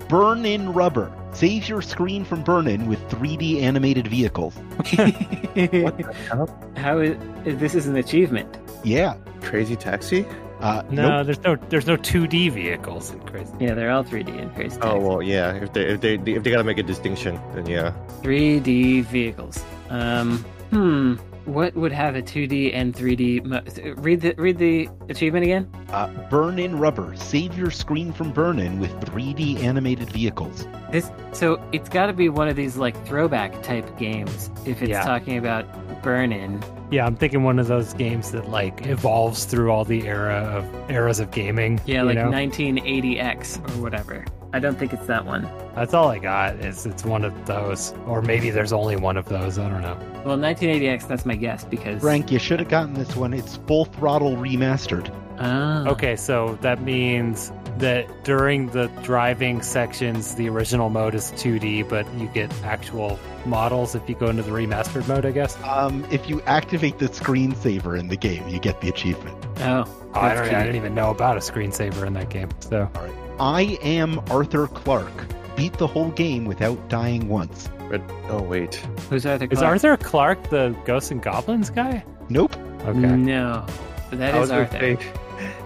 Burn in Rubber. Save your screen from burn in with 3D animated vehicles. what the hell? How is this is an achievement? Yeah. Crazy Taxi? Uh, No, nope. there's no there's no 2D vehicles in Crazy. Yeah, they're all 3D in Crazy Oh Taxi. well, yeah. If they if they if they gotta make a distinction, then yeah. 3D vehicles. Um, hmm. What would have a 2D and 3D? Mo- th- read the read the achievement again. Uh, burn in Rubber. Save your screen from burn in with 3D animated vehicles. This so it's got to be one of these like throwback type games if it's Yeah. talking about burn-in. Yeah, I'm thinking one of those games that like evolves through all the era of eras of gaming. Yeah, you like know? 1980X or whatever. I don't think it's that one. that's all I got. Is it's one of those, or maybe there's only one of those. I don't know. Well, 1980X. That's my guess because. Frank, you should have gotten this one. It's Full Throttle Remastered. Ah. Okay, so that means that during the driving sections, the original mode is 2D, but you get actual models if you go into the remastered mode. I guess. Um, if you activate the screensaver in the game, you get the achievement. Oh. Oh, I, That's don't, cute. I didn't even know about a screensaver in that game. So I am Arthur Clarke. Beat the whole game without dying once. But oh wait. Who's Arthur? is Clarke? Arthur Clark the Ghosts and Goblins guy? Nope. Okay. No, that I is was gonna Arthur. say-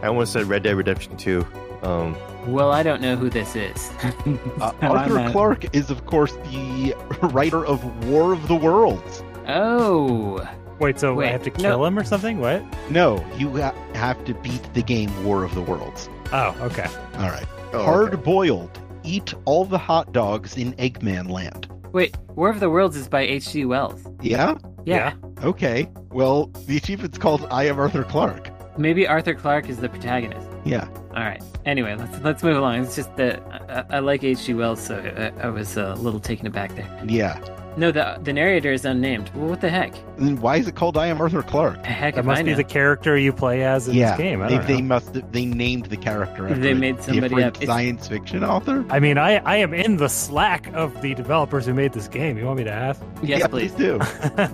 I almost said Red Dead Redemption 2. Um, Well, I don't know who this is. Uh, Oh, I'm Arthur mad. Clarke is, of course, the writer of War of the Worlds. Oh, Wait, so Wait, I have to no. kill him or something? What? No, you ha- have to beat the game War of the Worlds. Oh, okay. All right. oh, Hard okay. boiled. Eat all the hot dogs in Eggman Land. wait, War of the Worlds is by H.G. Wells. Yeah? Yeah. Okay. Well, the achievement's called I Am Arthur Clarke. Maybe Arthur Clarke is the protagonist. Yeah. All right. Anyway, let's let's move along. It's just that I, I- I like H.G. Wells, so I, I was uh, a little taken aback there. Yeah. No, the the narrator is unnamed. Well, what the heck? Then why is it called I Am Arthur Clarke? Heck, That if I must be know. the character you play as in yeah. this game. I they, don't they know. must they named the character after They a made somebody different up. It's- science fiction author? I mean, I, I am in the slack of the developers who made this game. You want me to ask? yes, yeah, please. do.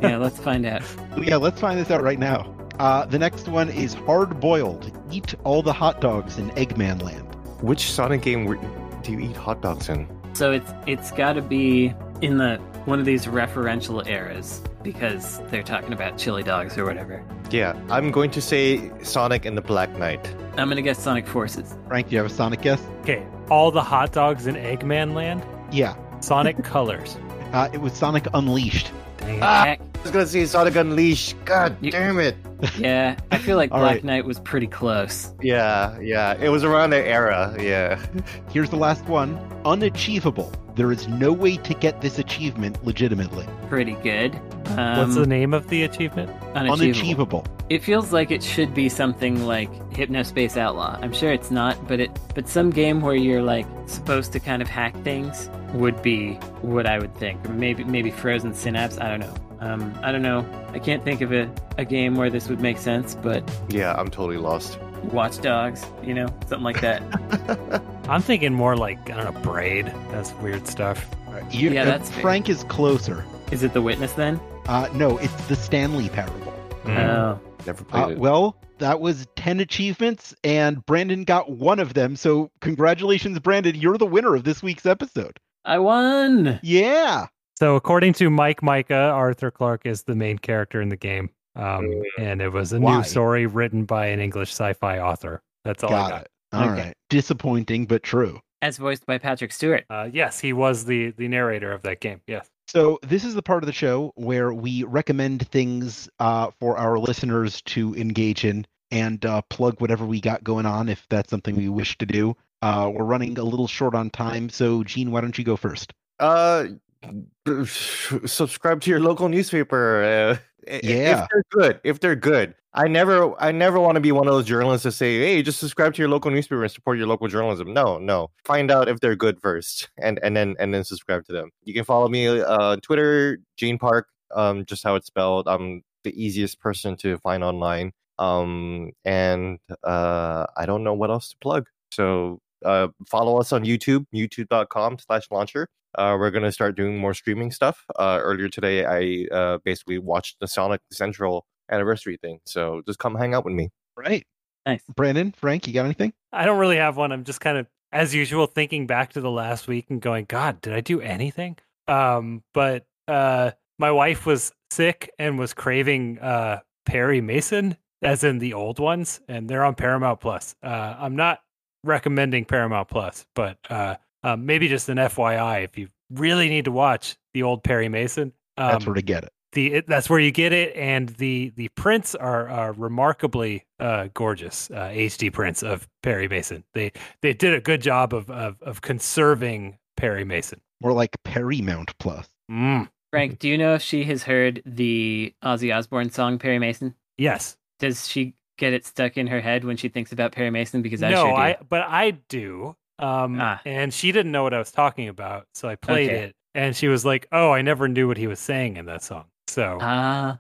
yeah, let's find out. yeah, let's find this out right now. Uh, the next one is hard boiled. Eat all the hot dogs in Eggman Land. Which Sonic game were, do you eat hot dogs in? So it's it's got to be in the one of these referential eras because they're talking about chili dogs or whatever. Yeah, I'm going to say Sonic and the Black Knight. I'm gonna guess Sonic Forces. Frank, do you have a Sonic guess? Okay, all the hot dogs in Eggman Land, Yeah. Sonic Colors. Uh, it was Sonic Unleashed. Dang it. Ah! Heck, I was going to say Sonic Unleashed. God You- damn it. yeah, I feel like All Black right. Knight was pretty close. Yeah, yeah. It was around that era. Yeah. Here's the last one unachievable. There is no way to get this achievement legitimately. Pretty good. Um, What's the name of the achievement? unachievable? Unachievable. It feels like it should be something like Hypnospace Outlaw. I'm sure it's not, but it but some game where you're like supposed to kind of hack things would be what I would think. Or maybe maybe Frozen Synapse. I don't know. Um, I don't know. I can't think of a, a game where this would make sense, but Yeah, I'm totally lost. Watch Dogs, you know, something like that. I'm thinking more like, I don't know, Braid. That's weird stuff. You- Yeah, uh, that's fair. Frank is closer. Is it The Witness then? Uh, no, it's the Stanley Parable. Mm-hmm. Oh, Never played Uh, it. well, that was 10 achievements, and Brandon got one of them. So, congratulations, Brandon. You're the winner of this week's episode. I won. Yeah. So, according to Mike Micah, Arthur Clark is the main character in the game. um, and it was a Mm. Why? new story written by an English sci-fi author. That's all I got. Got it. All right. Okay. Disappointing, but true. as voiced by Patrick Stewart. Uh, yes, he was the the narrator of that game. Yes. So this is the part of the show where we recommend things uh, for our listeners to engage in and uh, plug whatever we got going on if that's something we wish to do. Uh, we're running a little short on time, so Gene, why don't you go first? Uh, subscribe to your local newspaper. Uh, i- i- Yeah. if they're good, if they're good. I never, I never want to be one of those journalists that say, "Hey, just subscribe to your local newspaper and support your local journalism." No, no. Find out if they're good first, and and then and then subscribe to them. You can follow me uh, on Twitter, Gene Park. Um, just how it's spelled. I'm the easiest person to find online. Um, and uh, I don't know what else to plug. So uh, follow us on YouTube, YouTube.com/slash launcher. Uh, we're going to start doing more streaming stuff. Uh, earlier today, I uh, basically watched the Sonic Central anniversary thing. So just come hang out with me. Right. Nice. Brandon, Frank, you got anything? I don't really have one. I'm just kind of, as usual, thinking back to the last week and going, God, did I do anything? Um, but uh, my wife was sick and was craving uh, Perry Mason, as in the old ones, and they're on Paramount Plus. Uh, I'm not recommending Paramount Plus, but uh, um, maybe just an FYI if you really need to watch the old Perry Mason. Um, That's where to get it. the it, that's where you get it and the the prints are, are remarkably uh gorgeous uh hd prints of perry mason they they did a good job of of, of conserving perry mason More like Perrymount Plus. mm. Frank, do you know if she has heard the Ozzy Osbourne song Perry Mason? yes Does she get it stuck in her head when she thinks about Perry Mason? Because I no sure do. i but i do um Ah. and she didn't know what i was talking about so i played Okay. it and she was like oh i never knew what he was saying in that song so Ah,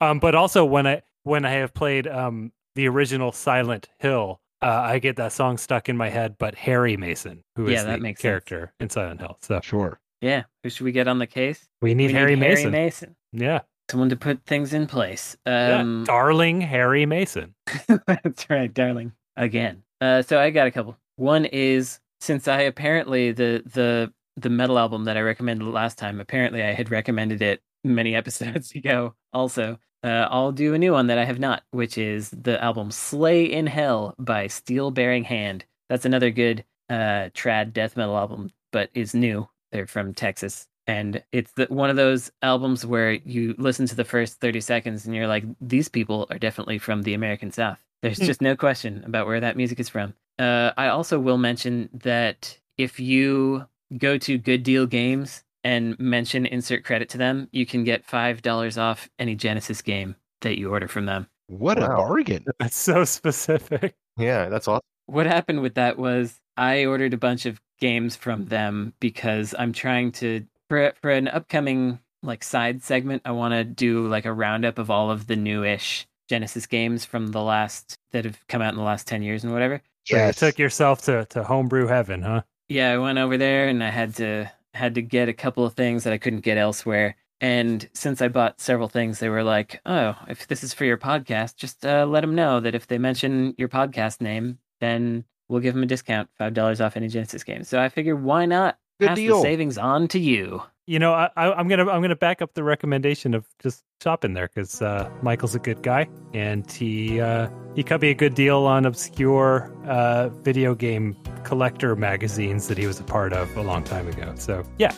Um, but also when I when I have played um the original Silent Hill, uh, I get that song stuck in my head. But Harry Mason, who is Yeah, that the makes sense. character in Silent Hill, so Sure. yeah. Who should we get on the case? we need, we Harry, need Mason. Harry Mason. Yeah, Someone to put things in place. yeah. Um, darling Harry Mason. That's right, darling. Again. Uh, so I got a couple. One is since I apparently the the the metal album that I recommended last time. Apparently, I had recommended it many episodes ago. Also, uh, I'll do a new one that I have not, which is the album "Slay in Hell" by Steel Bearing Hand. That's another good uh, trad death metal album, but is new. They're from Texas, and it's the, one of those albums where you listen to the first thirty seconds and you're like, "These people are definitely from the American South." There's Hmm. just no question about where that music is from. Uh, I also will mention that if you go to Good Deal Games and mention insert credit to them, you can get five dollars off any Genesis game that you order from them. What a Wow. bargain. That's so specific. Yeah, that's awesome. what happened with that was I ordered a bunch of games from them because I'm trying to for for an upcoming like side segment. I want to do like a roundup of all of the newish Genesis games from the last that have come out in the last ten years and whatever. So you took yourself to to homebrew heaven, huh? Yeah, I went over there and I had to had to get a couple of things that I couldn't get elsewhere. And since I bought several things, they were like, "Oh, if this is for your podcast, just uh, let them know that if they mention your podcast name, then we'll give them a discount, five dollars off any Genesis game." So I figured, why not Good pass deal. the savings on to you? You know, I, I, I'm gonna I'm gonna back up the recommendation of just shopping there because uh, Michael's a good guy and he uh, he cut me a good deal on obscure uh, video game collector magazines that he was a part of a long time ago. So yeah,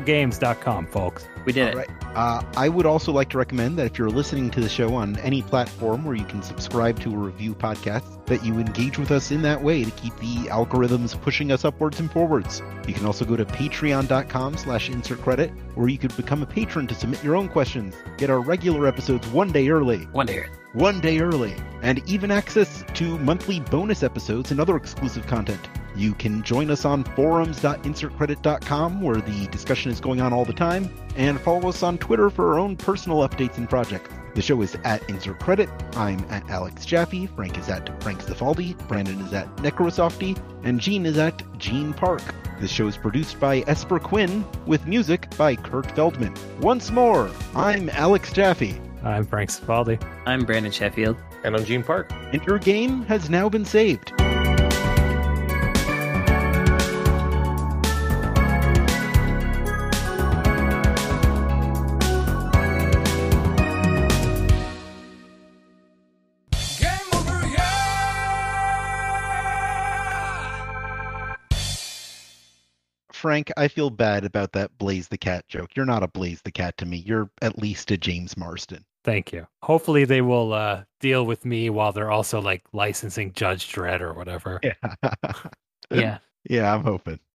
gooddealgames.com, folks. We did All it. right. Uh, I would also like to recommend that if you're listening to the show on any platform where you can subscribe to a review podcast, that you engage with us in that way to keep the algorithms pushing us upwards and forwards. You can also go to patreon.com slash insert credit, where you could become a patron to submit your own questions, get our regular episodes one day early, One day. one day early, and even access to monthly bonus episodes and other exclusive content. You can join us on forums.insertcredit.com where the discussion is going on all the time, and follow us on Twitter for our own personal updates and projects. The show is at Insert Credit. I'm at Alex Jaffe. Frank is at Frank Zafaldi. Brandon is at Necrosofty. And Gene is at Gene Park. This show is produced by Esper Quinn with music by Kurt Feldman. Once more, I'm Alex Jaffe. I'm Frank Spaldi. I'm Brandon Sheffield. And I'm Gene Park. and your game has now been saved. Frank, I feel bad about that Blaze the Cat joke. You're not a Blaze the Cat to me. You're at least a James Marston. Thank you. Hopefully they will uh, deal with me while they're also like licensing Judge Dredd or whatever. Yeah. Yeah. yeah, I'm hoping.